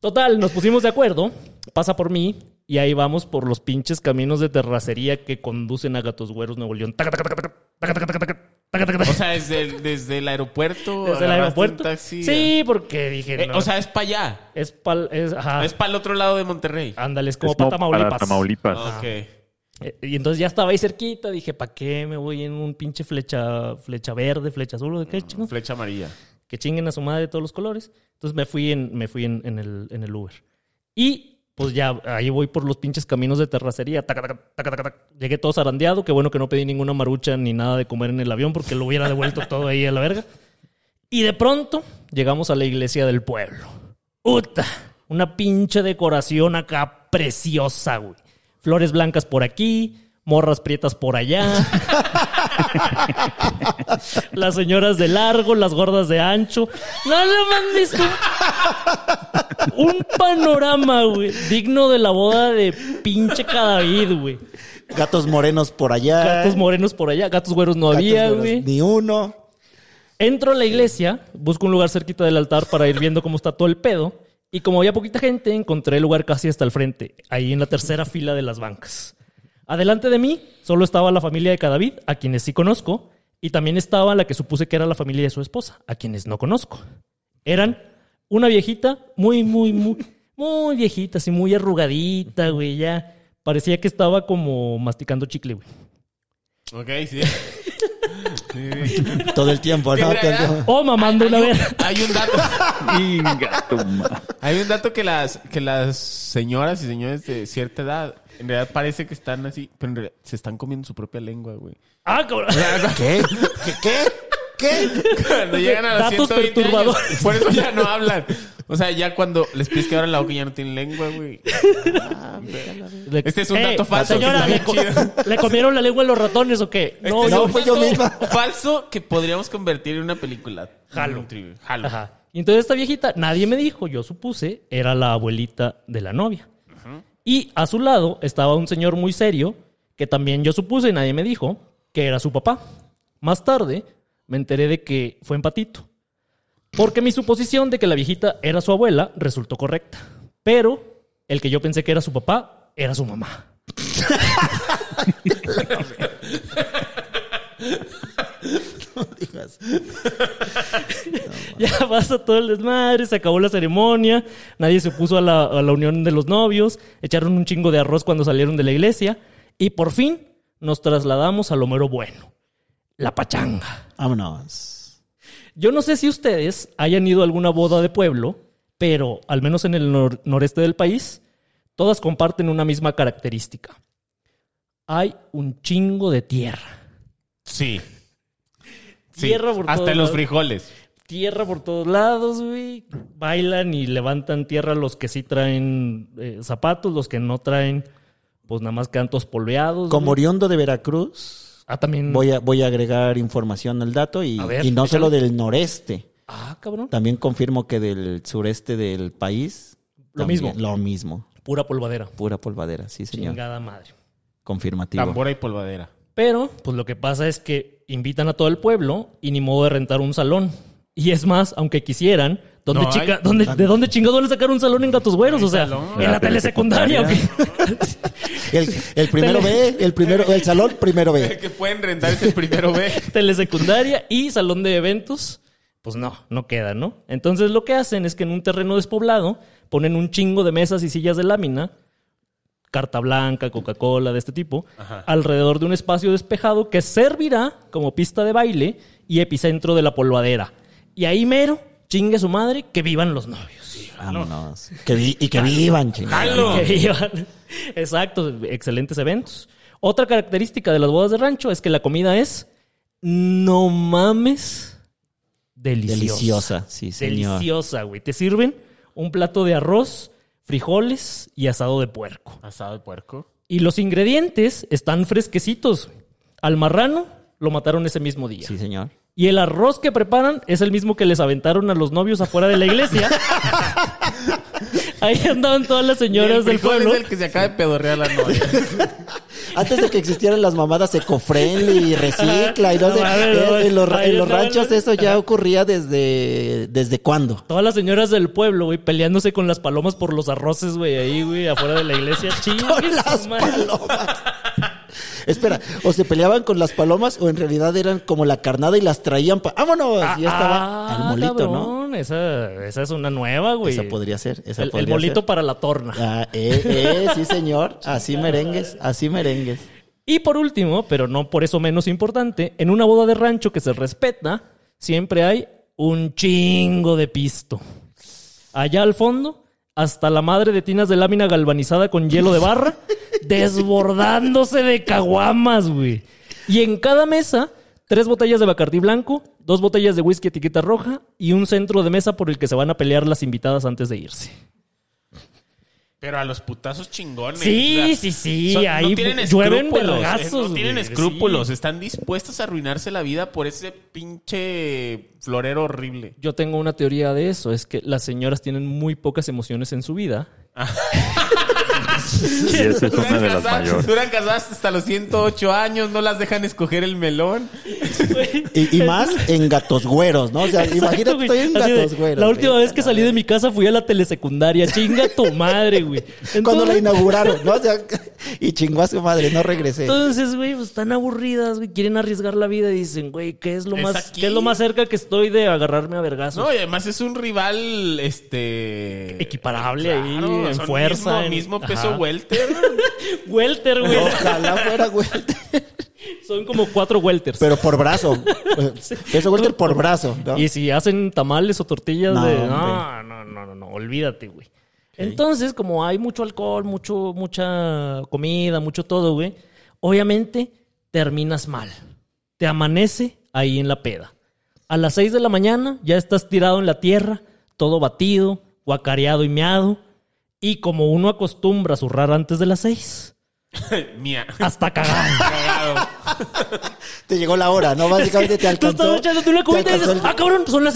S4: Total, nos pusimos de acuerdo. Pasa por mí y ahí vamos por los pinches caminos de terracería que conducen a Gatos Güeros, Nuevo León. Taca, taca, taca, taca, taca, taca, taca, taca, taca, taca,
S3: O
S4: taca.
S3: sea, desde el, desde el aeropuerto.
S4: [laughs] Desde el
S3: agarraste un
S4: aeropuerto.
S3: taxi.
S4: Sí, porque dije.
S3: Eh, Ah.
S4: no,
S3: O sea, es para allá.
S4: es pal. Es, ajá.
S3: Es para el otro lado de Monterrey. Ah,
S4: Ándale, es como
S5: Es como
S4: para Tamaulipas. Ah.
S5: Para Tamaulipas.
S3: Ok.
S4: Eh, Y entonces ya estaba ahí cerquita, dije, ¿para qué me voy en un pinche flecha, flecha verde, flecha azul? ¿De qué chingo?
S3: Ah. Flecha amarilla.
S4: Que chinguen a su madre de todos los colores. Entonces me fui en, me fui en, en el, en el Uber. Y pues ya ahí voy por los pinches caminos de terracería. taca, taca, taca, taca, taca. Llegué todo zarandeado, que bueno que no pedí ninguna marucha ni nada de comer en el avión porque lo hubiera devuelto todo ahí a la verga. Y de pronto llegamos a la iglesia del pueblo. ¡Uta! Una pinche decoración acá preciosa, güey. Flores blancas por aquí, morras prietas por allá. las señoras de largo, las gordas de ancho. No, no mames. un- Un panorama, güey. Digno de la boda de pinche Cadavid, güey.
S6: Gatos morenos por allá.
S4: Gatos morenos por allá, gatos güeros no
S6: Ah. Gatos
S4: había,
S6: morenos,
S4: güey.
S6: Ni uno.
S4: Entro a la iglesia, busco un lugar cerquita del altar para ir viendo cómo está todo el pedo. Y como había poquita gente, encontré el lugar casi hasta el frente, ahí en la tercera fila de las bancas. Adelante de mí solo estaba la familia de Cadavid, a quienes sí conozco, y también estaba la que supuse que era la familia de su esposa, a quienes no conozco. Eran una viejita muy, muy, muy, muy viejita, así muy arrugadita, güey, ya. Parecía que estaba como masticando chicle, güey.
S3: Ok, sí. [laughs] Sí, sí.
S6: Todo el tiempo, ¿no?
S3: Siempre
S6: Todo el
S3: era-
S4: [laughs]
S6: tiempo.
S4: O mamando una verga.
S3: Hay un dato.
S5: Inga [laughs] tu ma-
S3: Hay un dato que las, que las señoras y señores de cierta edad, en realidad parece que están así, pero en realidad se están comiendo su propia lengua, güey.
S4: Ah, cabrón.
S6: ¿Qué? ¿Qué? ¿Qué? ¿Qué?
S3: Cuando llegan a los
S4: Datos
S3: 120
S4: perturbadores.
S3: años, por eso ya no hablan. O sea, ya cuando les pides que abran la boca ya no tienen lengua, güey.
S4: Le- Eh,
S3: Este es un dato falso,
S4: Señora,
S3: que
S4: ¿le,
S3: está
S4: co-
S3: bien
S4: [laughs] ¿le comieron la lengua a los ratones o qué? No,
S3: Este
S4: pues
S3: es
S6: no,
S3: un
S6: fue yo
S3: dato
S6: misma.
S3: Falso que podríamos convertir en una película.
S4: Jalo.
S3: Un tribu- Jalo.
S4: Ajá. Y entonces esta viejita, nadie me dijo, yo supuse, era la abuelita de la novia. Y a su lado estaba un señor muy serio, que también yo supuse, nadie me dijo, que era su papá. Más tarde me enteré de que fue empatito. Porque mi suposición de que la viejita era su abuela resultó correcta. Pero el que yo pensé que era su papá era su mamá.
S6: Digas.
S4: [laughs] Ya pasa todo el desmadre, se acabó la ceremonia, nadie se opuso a la, a la unión de los novios, echaron un chingo de arroz cuando salieron de la iglesia y por fin nos trasladamos al homero bueno, la pachanga.
S6: Vámonos.
S4: Yo no sé si ustedes hayan ido a alguna boda de pueblo, pero al menos en el nor- noreste del país, todas comparten una misma característica. Hay un chingo de tierra.
S3: Sí. Sí.
S4: Tierra por todos
S3: Hasta en los
S4: lados.
S3: frijoles.
S4: tierra por todos lados, güey. Bailan y levantan tierra los que sí traen eh, zapatos, los que no traen. pues nada más cantos polveados.
S6: Como
S4: güey.
S6: oriundo de Veracruz,
S4: Ah, también.
S6: voy a, voy a agregar información al dato y,
S4: A ver,
S6: y no
S4: échale.
S6: solo del noreste.
S4: Ah, cabrón.
S6: También confirmo que del sureste del país.
S4: Lo
S6: también,
S4: mismo.
S6: Lo mismo.
S4: Pura polvadera.
S6: Pura polvadera, sí, señor.
S4: Chingada madre.
S6: Confirmativo.
S3: Tambora y polvadera.
S4: Pero, pues lo que pasa es que invitan a todo el pueblo y ni modo de rentar un salón. Y es más, aunque quisieran, ¿dónde
S3: No
S4: chica-
S3: hay.
S4: dónde- ¿de dónde chingado van a sacar un salón en Gatos Güeros? O sea, en la telesecundaria.
S6: El, el primero B, el primero, el salón primero
S3: El
S6: B.
S3: que pueden rentar es el primero
S4: [laughs]
S3: B.
S4: ok. telesecundaria y salón de eventos. Pues no, no queda, ¿no? Entonces lo que hacen es que en un terreno despoblado ponen un chingo de mesas y sillas de lámina, carta blanca, Coca-Cola, de este tipo, alrededor de un espacio despejado que servirá como pista de baile y epicentro de la polvadera. Y ahí mero, chingue su madre, que vivan los novios.
S6: Vámonos. Que vi- y que vivan, chingada.
S3: ¡Halo!
S4: [laughs] Que iban. Exacto, excelentes eventos. Otra característica de las bodas de rancho es que la comida es no mames deliciosa.
S6: Deliciosa, sí, señor.
S4: Deliciosa, güey. Te sirven un plato de arroz, frijoles y asado de puerco.
S3: Asado de puerco.
S4: Y los ingredientes están fresquecitos. güey. Al marrano lo mataron ese mismo día.
S6: Sí, señor.
S4: Y el arroz que preparan es el mismo que les aventaron a los novios afuera de
S3: [laughs]
S4: la iglesia. Ahí andaban todas las señoras
S3: Y el
S4: del
S3: frijol
S4: pueblo.
S3: Es el que se acaba de pedorrear la novia.
S6: Antes de que existieran las mamadas eco-friendly y recicla y no
S4: No [laughs]
S6: sé,
S4: mames,
S6: eh,
S4: no mames.
S6: en los, ra-
S4: Ay,
S6: en los
S4: no mames.
S6: ranchos eso ya ocurría desde, ¿desde cuándo?
S4: Todas las señoras del pueblo, güey, peleándose con las palomas por los arroces, güey, ahí, güey, afuera de la
S3: [laughs]
S4: iglesia. [laughs] Chingue
S6: Con
S4: su
S6: las
S4: madre.
S6: palomas. Espera, o se peleaban con las palomas o en realidad eran como la carnada y las traían para... ¡Vámonos! Y ya estaba al molito, ¿no?
S4: Ah, cabrón, Esa, esa es una nueva, güey.
S6: Esa podría ser, esa
S4: el, el
S6: podría
S4: molito
S6: ser.
S4: para la
S6: [laughs]
S4: torna.
S6: Ah, eh, eh, sí, señor. Así merengues, así merengues.
S4: Y por último, pero no por eso menos importante, en una boda de rancho que se respeta, siempre hay un chingo de pisto. Allá al fondo, hasta la madre de tinas de lámina galvanizada con hielo de barra, desbordándose de caguamas, güey. Y en cada mesa, tres botellas de Bacardí blanco, dos botellas de whisky etiqueta roja y un centro de mesa por el que se van a pelear las invitadas antes de irse.
S3: [laughs] Pero a los putazos chingones.
S4: Sí,
S3: o sea,
S4: sí, sí,
S3: son-
S4: ahí
S3: tienen
S4: llueven
S3: escrúpulos,
S4: vergazos,
S3: eh, No tienen
S4: güey,
S3: escrúpulos.
S4: sí.
S3: Están dispuestos a arruinarse la vida por ese pinche florero horrible.
S4: Yo tengo una teoría de eso, es que las señoras tienen muy pocas emociones en su vida
S5: Y esa es una
S3: Duran
S5: de las
S3: casadas,
S5: mayores.
S3: duran casadas hasta los 108 años, no las dejan escoger el melón.
S6: Y, y más en gatos güeros, ¿no? O sea,
S4: Exacto,
S6: imagínate,
S4: güey.
S6: estoy en
S4: Así de,
S6: gatos güeros.
S4: La
S6: güey.
S4: última vez que salí de mi casa fui a la telesecundaria. Chinga tu madre, güey.
S6: [laughs] Cuando la
S4: Entonces-
S6: inauguraron, ¿no? O sea, [laughs] y chingó a su madre, no regresé.
S4: Entonces, güey, pues están aburridas, güey. Quieren arriesgar la vida y dicen, güey, ¿qué es lo
S3: Es
S4: más
S3: aquí.
S4: qué es lo más cerca que estoy de agarrarme a vergazos?
S3: No, y además es un rival, este...
S4: Equiparable ahí,
S3: Claro,
S4: en
S3: son
S4: fuerza,
S3: Mismo,
S4: en-
S3: mismo peso
S4: Ajá.
S3: welter.
S4: Welter, güey.
S6: Ojalá fuera Welter.
S4: Son como cuatro welters.
S6: Pero por brazo. Eso Welter por brazo, ¿no?
S4: Y si hacen tamales o tortillas
S6: No,
S4: de.
S6: hombre.
S4: No, no, no, no, no, olvídate, güey. Entonces, como hay mucho alcohol, mucho, mucha comida, mucho todo, güey, obviamente terminas mal. Te amanece ahí en la peda. A las 6 de la mañana ya estás tirado en la tierra, todo batido, guacareado y meado. Y como uno acostumbra a zurrar antes de las 6,
S3: [laughs] Mía.
S4: hasta cagar.
S6: [laughs]
S3: Cagado.
S6: Te llegó la hora, ¿no? Básicamente te
S4: Tú
S6: alcanzó.
S4: estás echándote una cubita
S6: te
S4: y dices,
S6: alcanzó
S4: ah, cabrón, son las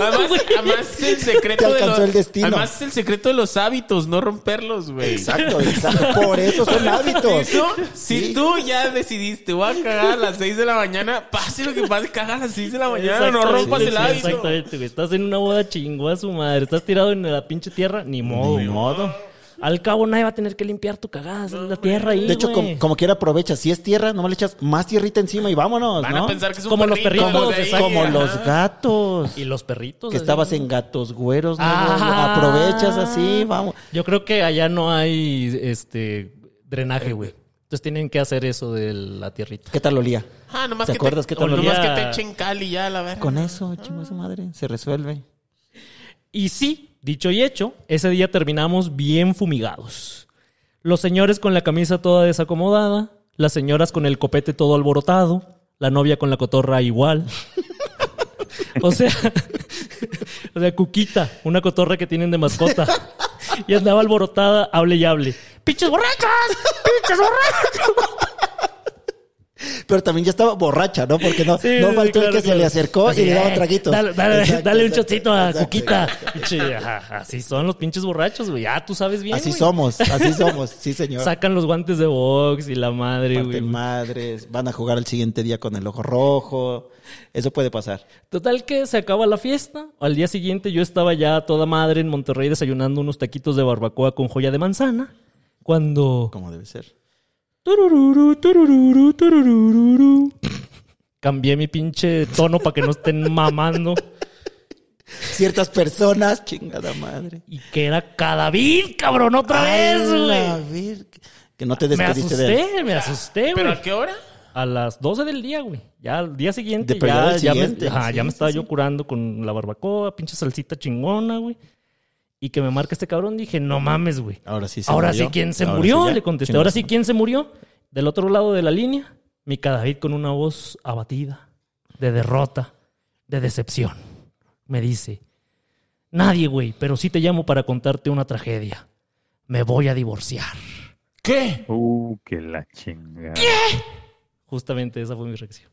S3: [laughs] Además,
S4: güey.
S3: además el secreto
S6: Te
S3: de los,
S6: alcanzó el destino.
S3: Además el secreto de los hábitos, no romperlos, güey.
S6: Exacto, exacto. Por eso son hábitos.
S3: Si tú, si tú ya decidiste, voy a cagar a las 6 de la mañana, pase lo que pase, caga a las 6 de la mañana, no
S4: Exactamente,
S3: rompas el
S4: sí,
S3: hábito.
S4: Exactamente, güey. Estás en una boda chingó a su madre. Estás tirado en la pinche tierra. Ni modo.
S6: Ni
S4: güey.
S6: modo.
S4: Al cabo nadie va a tener que limpiar tu cagada. Es la tierra ahí,
S6: De hecho,
S4: güey.
S6: como, como quiera aprovecha. Si es tierra, nomás le echas más tierrita encima y vámonos,
S3: Van
S6: ¿no?
S3: a pensar que es un
S4: Como los
S3: perrito,
S4: perritos,
S3: de ahí,
S4: exacto.
S6: Como
S3: ajá.
S6: los gatos.
S4: Y los perritos.
S6: Que
S4: Pues así,
S6: estabas
S4: güey.
S6: en gatos güeros, ¿no?
S4: Ah.
S6: Aprovechas así, vamos.
S4: Yo creo que allá no hay este drenaje, güey. Entonces tienen que hacer eso de la tierrita.
S6: ¿Qué tal olía?
S3: Ah, nomás
S6: ¿Te
S3: que
S6: acuerdas
S3: te,
S6: qué tal
S3: nomás
S4: olía?
S3: que te echen cali ya, la verdad.
S6: Con eso, chingo su madre, se resuelve.
S4: Y sí, dicho y hecho, ese día terminamos bien fumigados. Los señores con la camisa toda desacomodada, las señoras con el copete todo alborotado, la novia con la cotorra igual. [laughs] o sea, [laughs] o sea, Cuquita, una cotorra que tienen de mascota. Y andaba alborotada, hable y hable.
S3: ¡Pinches borrachos! ¡Pinches borrachos!
S6: Pero también ya estaba borracha, ¿no? Porque no,
S4: Sí,
S6: no
S4: sí,
S6: faltó el que
S4: claro,
S6: se
S4: claro.
S6: le acercó
S4: Así,
S6: y le daba
S4: eh,
S6: traguitos.
S4: Dale, dale-
S6: Exacto,
S4: dale un
S6: exacto,
S4: chotito a
S6: exacto,
S4: Cuquita.
S6: exacto.
S4: Sí, ajá, así son los pinches borrachos, güey. Ah, tú sabes bien.
S6: Así
S4: güey. [laughs]
S6: somos, así somos, sí señor.
S4: Sacan los guantes de box y la madre,
S6: Parten
S4: güey.
S6: madres, van a jugar al siguiente día con el ojo rojo. Eso puede pasar.
S4: Total que se acaba la fiesta. Al día siguiente yo estaba ya a toda madre en Monterrey desayunando unos taquitos de barbacoa con joya de manzana. Cuando...
S6: Como debe ser.
S4: Turururu, turururu, turururu. Cambié mi pinche tono para que no estén mamando.
S6: Ciertas personas, chingada madre.
S4: Y que era Cadavid, cabrón, otra vez,
S6: A
S4: Pues, güey.
S6: la vir- Que no te
S4: Me
S6: despediste de él.
S4: asusté, me asusté,
S3: ¿Pero
S4: güey.
S3: a qué hora?
S4: A las 12 del día, güey. Ya al día siguiente,
S6: De- pero ya
S4: ya,
S6: del
S4: ya
S6: siguiente,
S4: me, ajá,
S6: sí,
S4: ya me
S6: sí,
S4: estaba
S6: sí.
S4: yo curando con la barbacoa, pinche salsita chingona, güey. Y que me marca este cabrón, dije, no mames, güey.
S6: Ahora sí se
S4: Ahora
S6: murió.
S4: sí, ¿quién se
S6: Ahora
S4: murió?
S6: sí ya.
S4: Le contesté,
S6: Chingas,
S4: ahora sí,
S6: ¿no?
S4: ¿quién se murió? Del otro lado de la línea, mi cadavid con una voz abatida, de derrota, de decepción. Me dice, nadie, güey, pero sí te llamo para contarte una tragedia. Me voy a divorciar.
S3: ¿Qué?
S5: Uh, que la chingada.
S4: Justamente esa fue mi reacción.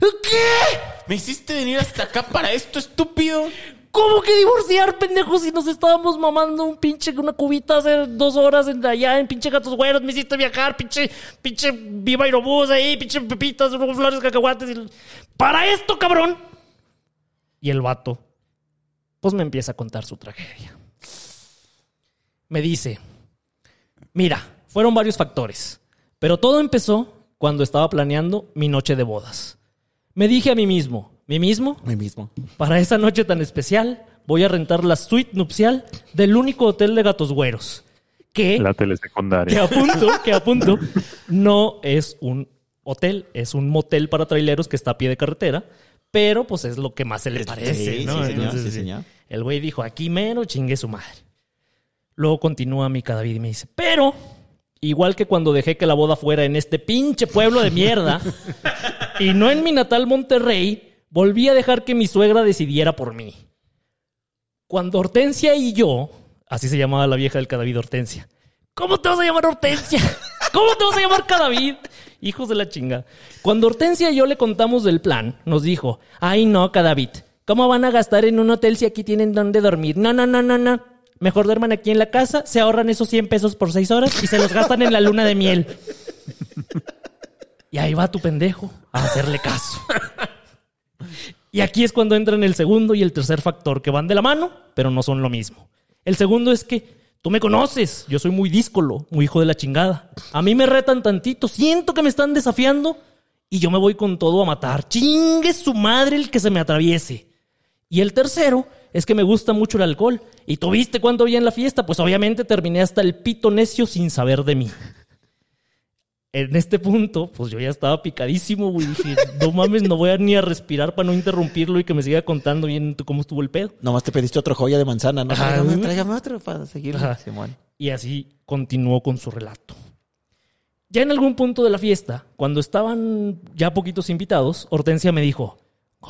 S3: ¿Qué? ¿Me hiciste venir hasta acá para esto, estúpido?
S4: ¿Cómo que divorciar, pendejo? Si nos estábamos mamando un pinche, una cubita hace dos horas en, allá en pinche gatos güeros, me hiciste viajar, pinche, pinche viva aerobús ahí, pinche pepitas, luego flores, cacahuates. y- ¡Para esto, cabrón! Y el vato, pues me empieza a contar su tragedia. Me dice, mira, fueron varios factores, pero todo empezó cuando estaba planeando mi noche de bodas. Me dije a mí mismo, mí mismo,
S6: Mí mismo.
S4: para esa noche tan especial, voy a rentar la suite nupcial del único hotel de gatos güeros. Que,
S5: La
S4: que
S5: telesecundaria.
S4: apunto, que apunto, no es un hotel, es un motel para traileros que está a pie de carretera, pero pues es lo que más se le parece,
S6: sí,
S4: ¿no?
S6: sí, señor,
S4: Entonces,
S6: sí, señor.
S4: El güey dijo, aquí mero chingue su madre. Luego continúa mi cadavid y me dice, pero igual que cuando dejé que la boda fuera en este pinche pueblo de mierda y no en mi natal Monterrey, volví a dejar que mi suegra decidiera por mí. Cuando Hortensia y yo, así se llamaba la vieja del cadavid Hortensia, ¿cómo te vas a llamar Hortensia? [laughs] ¿Cómo te vas a llamar cadavid? Hijos de la chinga. Cuando Hortensia y yo le contamos del plan, nos dijo, ay no, cadavid, ¿cómo van a gastar en un hotel si aquí tienen donde dormir? No, no, no, no, no. Mejor duerman aquí en la casa, se ahorran esos 100 pesos por 6 horas y se los gastan en la luna de miel. [laughs] Y ahí va tu pendejo a hacerle caso. Y aquí es cuando entran el segundo y el tercer factor, que van de la mano, pero no son lo mismo. El segundo es que tú me conoces, yo soy muy díscolo, muy hijo de la chingada. A mí me retan tantito, siento que me están desafiando y yo me voy con todo a matar. Chingue su madre el que se me atraviese. Y el tercero es que me gusta mucho el alcohol. ¿Y tú viste cuánto había en la fiesta? Pues obviamente terminé hasta el pito necio sin saber de mí. En este punto, pues yo ya estaba picadísimo, güey. Dije, no mames, no voy a ni a respirar para no interrumpirlo y que me siga contando bien tú cómo estuvo el pedo.
S6: Nomás te pediste otra joya de manzana, ¿no?
S4: Ajá.
S6: Tráigame, tráigame otro para seguir.
S4: Ajá.
S6: Simón.
S4: Y así continuó con su relato. Ya en algún punto de la fiesta, cuando estaban ya poquitos invitados, Hortensia me dijo, [laughs]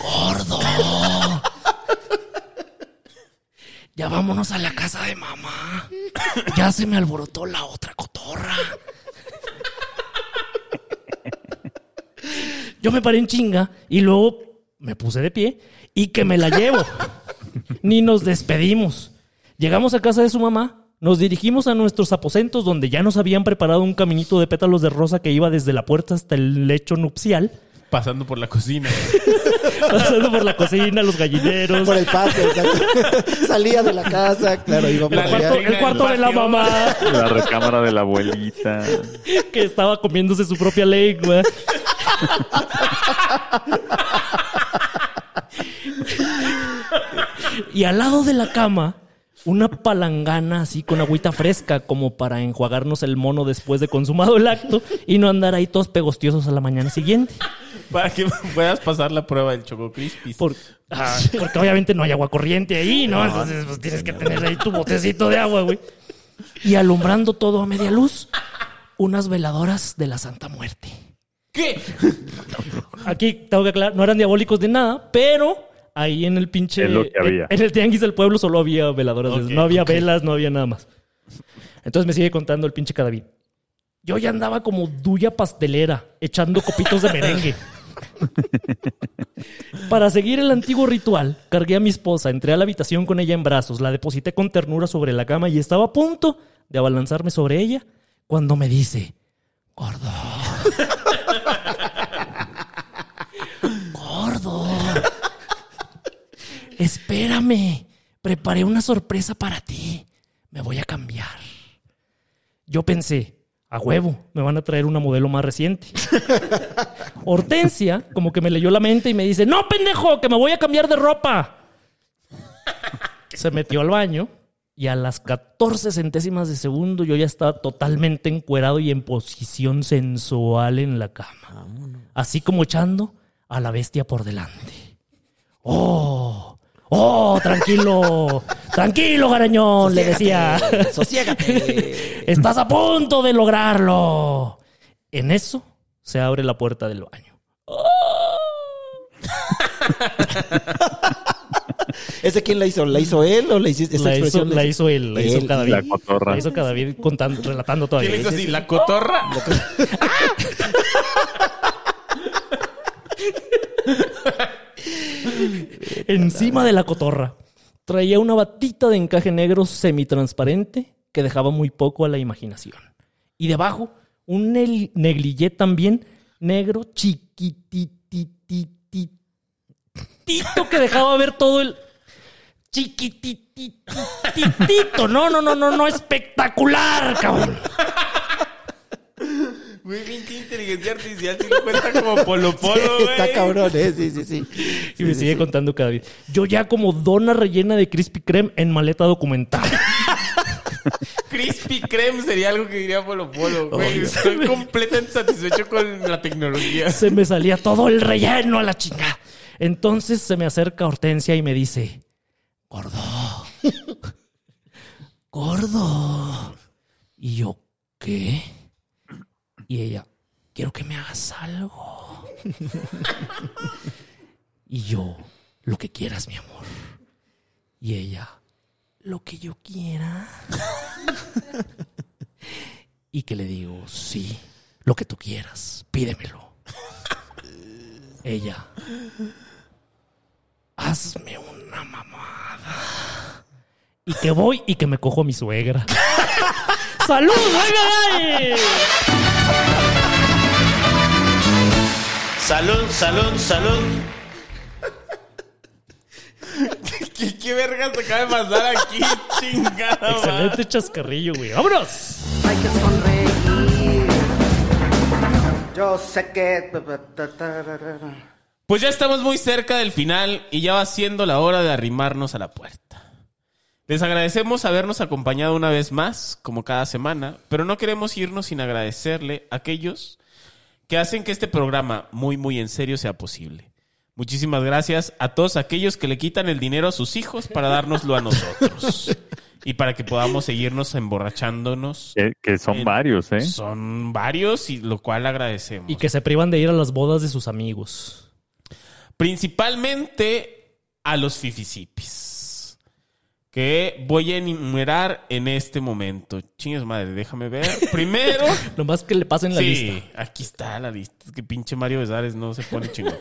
S4: gordo. gordo. Ya vámonos a la casa de mamá. Ya se me alborotó la otra cotorra. Yo me paré en chinga y luego me puse de pie y que me la llevo. Ni nos despedimos. Llegamos a casa de su mamá, nos dirigimos a nuestros aposentos donde ya nos habían preparado un caminito de pétalos de rosa que iba desde la puerta hasta el lecho nupcial, [laughs]
S3: Pasando por la cocina. [laughs]
S4: pasando por la cocina, los gallineros,
S6: Por el patio, exacto. [laughs] Salía de la casa, claro, iba por
S3: La
S4: cuarto-
S6: allá.
S4: el cuarto de la
S3: patio.
S4: mamá
S5: La recámara de la abuelita.
S4: que estaba comiéndose su propia lengua. Y al lado de la cama, una palangana así con agüita fresca como para enjuagarnos el mono después de consumado el acto y no andar ahí todos pegostiosos a la mañana siguiente.
S3: Para que puedas pasar la prueba del Choco Crispis.
S4: Por- ah, porque obviamente no hay agua corriente ahí, ¿no? Entonces pues, tienes que tener ahí tu botecito de agua, güey. Y alumbrando todo a media luz, unas veladoras de la Santa Muerte.
S3: ¿Qué?
S4: Aquí tengo que aclarar, no eran diabólicos de nada, pero ahí en el pinche.
S5: Es lo que había.
S4: En el tianguis del pueblo solo había veladoras. de esas.
S3: Ok,
S4: no había
S3: ok.
S4: velas, no había nada más. Entonces me sigue contando el pinche Cadavid. Yo ya andaba como duya pastelera, echando copitos de
S5: [laughs]
S4: merengue. Para seguir el antiguo ritual, cargué a mi esposa, entré a la habitación con ella en brazos, la deposité con ternura sobre la cama y estaba a punto de abalanzarme sobre ella cuando me dice, gordo. gordo. Espérame, preparé una sorpresa para ti. Me voy a cambiar. Yo pensé, a huevo, me van a traer una modelo más reciente. [laughs] Hortensia, como que me leyó la mente y me dice, no, pendejo, que me voy a cambiar de ropa. Se metió al baño y a las 14 centésimas de segundo yo ya estaba totalmente encuerado y en posición sensual en la cama. Así como echando a la bestia por delante. ¡Oh! ¡Oh! Tranquilo. Tranquilo, garañón, le decía.
S6: Sosiégate.
S4: Estás a punto de lograrlo. En eso se abre la puerta del baño.
S6: [laughs] ¿Ese quién la hizo? ¿La hizo él o la hiciste esa
S4: La hizo,
S6: expresión?
S4: la hizo él, la
S6: Él,
S4: hizo cada
S5: La
S4: vez.
S5: cotorra.
S4: La hizo cada vez contando, relatando
S3: ¿Qué
S4: todavía.
S3: le hizo así? ¿La cotorra?
S4: Encima de la cotorra. Traía una batita de encaje negro semitransparente que dejaba muy poco a la imaginación. Y debajo, un nel- negligé también negro chiquititititito que dejaba ver todo el... Chiquititititito. No, no, no, no, no. Espectacular, cabrón.
S3: Güey, pinche inteligencia artificial [laughs] sí lo cuenta como polo
S6: Sí,
S3: polo, güey.
S6: [laughs] está cabrón, ¿eh? Sí, sí, sí.
S4: Y me sigue contando cada día. Yo ya como dona rellena de Krispy Kreme en maleta documental.
S3: Crispy Kreme sería algo que diría polo polo, güey.
S4: Oh,
S3: Estoy completamente satisfecho con la tecnología.
S4: Se me salía todo el relleno a la chinga. Entonces se me acerca Hortensia y me dice, gordo, [laughs] gordo. Y yo, ¿qué? Y ella, quiero que me hagas algo. [laughs] y yo, lo que quieras, mi amor. Y ella, lo que yo quiera. [laughs] y que le digo, sí, lo que tú quieras, pídemelo. Ella, hazme una mamada. Y que voy y que me cojo a
S3: [laughs]
S4: mi suegra. ¡Salud! ¡Ay, ay, ay!
S9: Salud, salud, salud.
S3: ¿Qué, qué vergas te acaba de pasar aquí? [laughs] Chingada. madre.
S4: Excelente chascarrillo, güey. ¡Vámonos!
S7: Hay que sonreír. Yo sé que.
S3: Pues ya estamos muy cerca del final y ya va siendo la hora de arrimarnos a la puerta. Les agradecemos habernos acompañado una vez más, como cada semana, pero no queremos irnos sin agradecerle a aquellos que hacen que este programa muy, muy en serio sea posible. Muchísimas gracias a todos aquellos que le quitan el dinero a sus hijos para dárnoslo a nosotros y para que podamos seguirnos emborrachándonos.
S5: Que, que son
S3: Eh,
S5: varios, ¿eh?
S3: Son varios y lo cual agradecemos.
S4: Y que se privan de ir a las bodas de sus amigos.
S3: principalmente a los fifisipis. Que voy a enumerar en este momento. Chingues madre, déjame ver. Primero.
S4: Nomás que le pasen la lista.
S3: sí, aquí está la lista. Es que pinche Mario Besares no se pone chingón.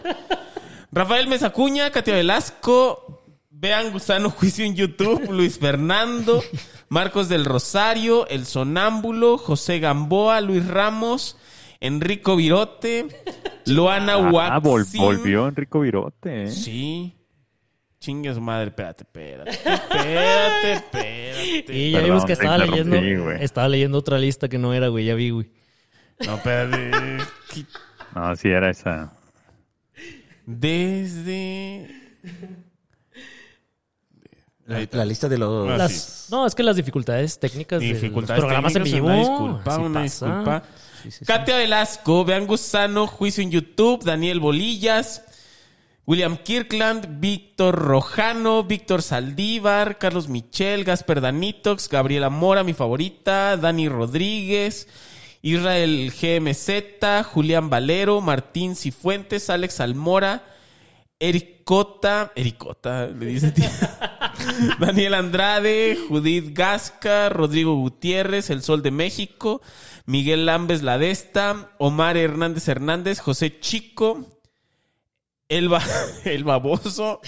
S3: Rafael Mesacuña, Katia Velasco. Vean Gusano Juicio en YouTube. Luis Fernando. Marcos del Rosario. El Sonámbulo. José Gamboa. Luis Ramos. Enrico Virote. Luana
S5: Ah, vol-
S3: Huatzin.
S5: volvió Enrico Virote, ¿eh?
S3: Sí. Chingue su madre, espérate, espérate.
S6: [laughs]
S3: Espérate, espérate.
S4: Y ya
S5: Perdón,
S4: vimos que
S5: te
S4: estaba
S5: interrumpí,
S4: leyendo,
S5: güey.
S4: estaba leyendo otra lista que no era, güey. Ya vi, güey.
S3: No, espérate. ¿Qué?
S5: No, sí era esa.
S3: Desde.
S6: La, la lista de los...
S3: Ah,
S4: Las-
S3: sí.
S4: no, es que las dificultades técnicas
S3: Dificultades
S4: de los programas en
S3: técnicas,
S4: vivo.
S3: Una disculpa,
S4: así
S3: una
S4: pasa.
S3: disculpa. Katia Velasco, Vean Gusano, Juicio en YouTube, Daniel Bolillas, William Kirkland, Víctor Rojano, Víctor Saldívar, Carlos Michel, Gasper Danitox, Gabriela Mora, mi favorita, Dani Rodríguez, Israel GMZ, Julián Valero, Martín Cifuentes, Alex Almora, Ericota, Ericota, le dice tía. [laughs] Daniel Andrade, Judith Gasca, Rodrigo Gutiérrez, El Sol de México, Miguel Lambes Ladesta, Omar Hernández Hernández, José Chico, El, Ba- [laughs] El Baboso,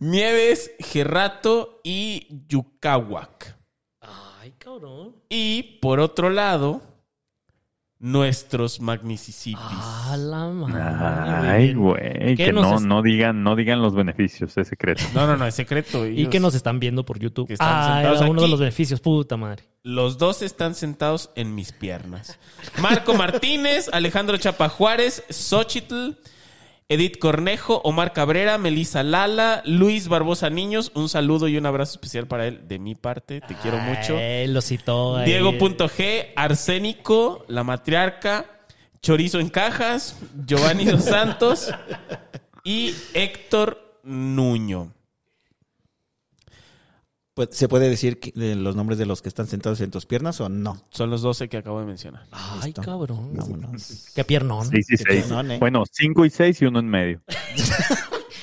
S3: Nieves, Gerrato y Yucahuac.
S4: Ay, cabrón.
S3: Y por otro lado, nuestros magnicisipis.
S4: A la madre.
S5: Ay,
S4: Ah, Bien.
S5: güey,
S4: ¿Qué
S5: que
S4: nos
S5: no,
S4: es-
S5: no digan, no digan los beneficios, es secreto.
S3: No, no, no, es secreto.
S4: Y
S3: ellos-
S4: que nos están viendo por YouTube.
S3: Que están
S4: Ah,
S3: sentados
S4: era uno de
S3: aquí.
S4: los beneficios, puta madre.
S3: Los dos están sentados en mis piernas. Marco Martínez, Alejandro Chapa Juárez, Xochitl, Edith Cornejo, Omar Cabrera, Melisa Lala, Luis Barbosa Niños. Un saludo y un abrazo especial para él de mi parte. Te quiero mucho.
S4: Ay, lo citó. ahí.
S3: Diego.g, Arsénico, La Matriarca, Chorizo en Cajas, Giovanni Dos Santos y Héctor Nuño.
S6: Pues, ¿Se puede decir que- de los nombres de los que están sentados en tus piernas o no?
S3: Son los 12 que acabo de mencionar.
S4: Ay,
S6: Listo.
S4: cabrón.
S6: Vámonos.
S4: Qué piernón.
S5: Seis y seis.
S6: chingón, ¿eh?
S5: Bueno, cinco y seis y uno en medio.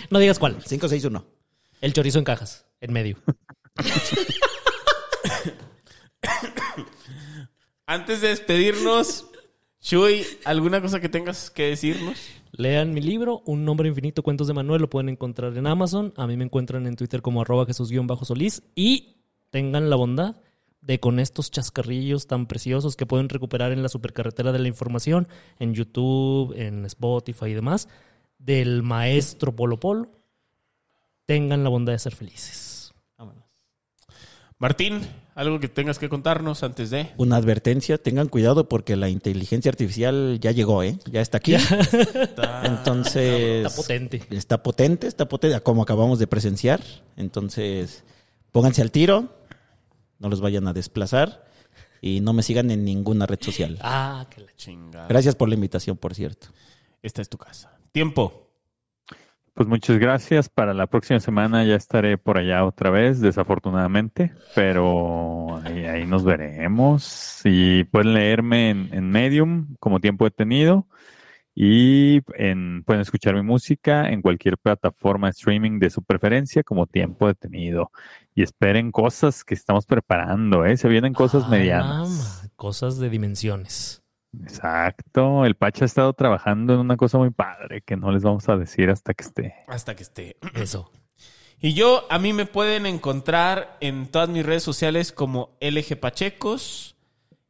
S4: No digas cuál.
S6: 561.
S4: El chorizo en cajas, en medio.
S3: Antes de despedirnos, Chuy, ¿alguna cosa que tengas que decirnos?
S4: Lean mi libro, Un nombre infinito, cuentos de Manuel, lo pueden encontrar en Amazon. A mí me encuentran en Twitter como arroba Jesús-Solís. Y tengan la bondad de con estos chascarrillos tan preciosos que pueden recuperar en la supercarretera de la información, en YouTube, en Spotify y demás, del maestro Polo Polo, tengan la bondad de ser felices.
S3: Martín, ¿algo que tengas que contarnos antes de?
S6: Una advertencia, tengan cuidado porque la inteligencia artificial ya llegó, ¿eh? Ya está aquí. [laughs] Entonces...
S4: Está potente.
S6: Está potente, está potente, como acabamos de presenciar. Entonces, pónganse al tiro, no los vayan a desplazar y no me sigan en ninguna red social.
S4: Ah, que la ch-
S3: Chingada.
S6: Gracias por la invitación, por cierto.
S3: Esta es tu casa. Tiempo.
S5: Pues muchas gracias. Para la próxima semana ya estaré por allá otra vez, desafortunadamente, pero ahí, ahí nos veremos. Y pueden leerme en, en Medium, como tiempo he tenido, y en- pueden escuchar mi música en cualquier plataforma de streaming de su preferencia, como tiempo he tenido. Y esperen cosas que estamos preparando, ¿eh? Se vienen cosas
S4: Ah,
S5: medianas.
S4: mama, Cosas de dimensiones.
S5: Exacto. El Pacha ha estado trabajando en una cosa muy padre que no les vamos a decir hasta que esté.
S3: Hasta que esté.
S4: Eso.
S3: Y yo, a mí me pueden encontrar en todas mis redes sociales como LG Pachecos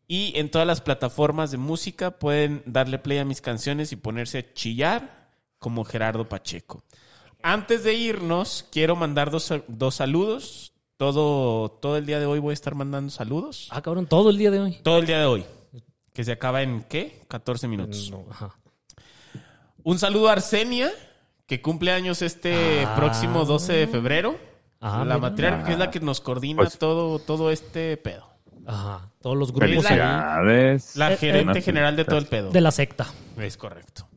S3: y en todas las plataformas de música pueden darle play a mis canciones y ponerse a chillar como Gerardo Pacheco. Antes de irnos, quiero mandar dos, dos saludos. Todo, todo el día de hoy voy a estar mandando saludos.
S4: Ah, cabrón, todo el día de hoy.
S3: Todo el día de hoy. Que se acaba en qué? 14 minutos.
S4: No, ajá.
S3: Un saludo a Arsenia, que cumple años este
S4: Ah.
S3: próximo 12 de febrero.
S4: Ah,
S3: la
S4: mira.
S3: matriarca que es la que nos coordina
S5: Pues-
S3: todo, todo este pedo.
S4: Ajá. Todos los grupos ahí
S5: Felicidades.
S3: La
S4: Eh,
S3: gerente
S5: eh.
S3: general de todo el pedo.
S4: de la secta.
S3: Es correcto.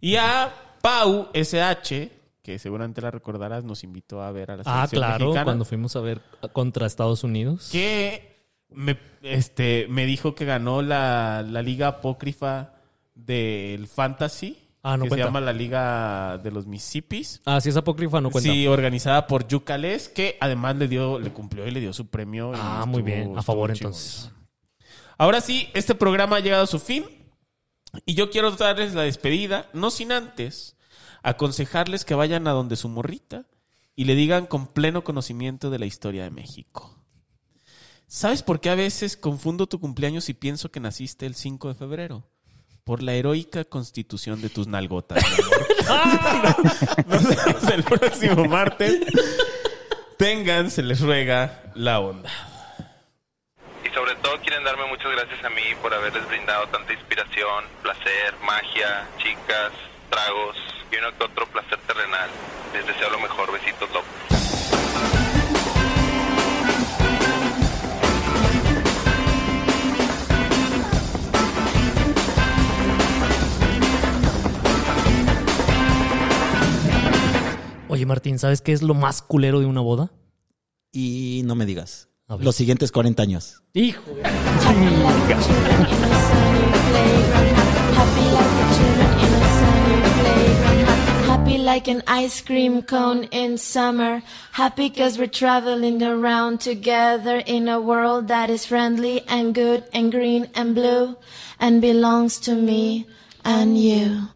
S3: Y a Pau SH, que seguramente la recordarás, nos invitó a ver a la
S4: Ah,
S3: selección
S4: claro,
S3: mexicana,
S4: cuando fuimos a ver contra Estados Unidos.
S3: que me, este, me dijo que ganó la, la liga apócrifa del fantasy.
S4: Ah, no
S3: que
S4: cuenta.
S3: se llama la liga de los Mississippis.
S4: Ah, si es apócrifa, no cuenta.
S3: Sí, organizada por Yucales, que además le dio, le cumplió y le dio su premio. y
S4: ah, muy
S3: estuvo-
S4: bien. A
S3: estuvo
S4: favor,
S3: chingón.
S4: entonces.
S3: Ahora sí, este programa ha llegado a su fin y yo quiero darles la despedida, no sin antes aconsejarles que vayan a donde su morrita y le digan con pleno conocimiento de la historia de México. ¿Sabes por qué a veces confundo tu cumpleaños y pienso que naciste el 5 de febrero? Por la heroica constitución de tus nalgotas. mi amor. Nos vemos [laughs] el próximo martes. Tengan, se les ruega la onda.
S2: Y sobre todo quieren darme muchas gracias a mí por haberles brindado tanta inspiración, placer, magia, chicas, tragos y uno que otro placer terrenal. Les deseo lo mejor, besitos locos.
S4: Oye, Martín, ¿sabes qué es lo más culero de una boda?
S6: Y no me digas,
S4: A ver.
S6: los siguientes 40 años.
S4: Hijo.
S9: Happy like the children in a sunny playground. Happy like
S8: like an ice cream cone in summer. Happy cause we're traveling around together in a world that is friendly and good and green and blue and belongs to me and you.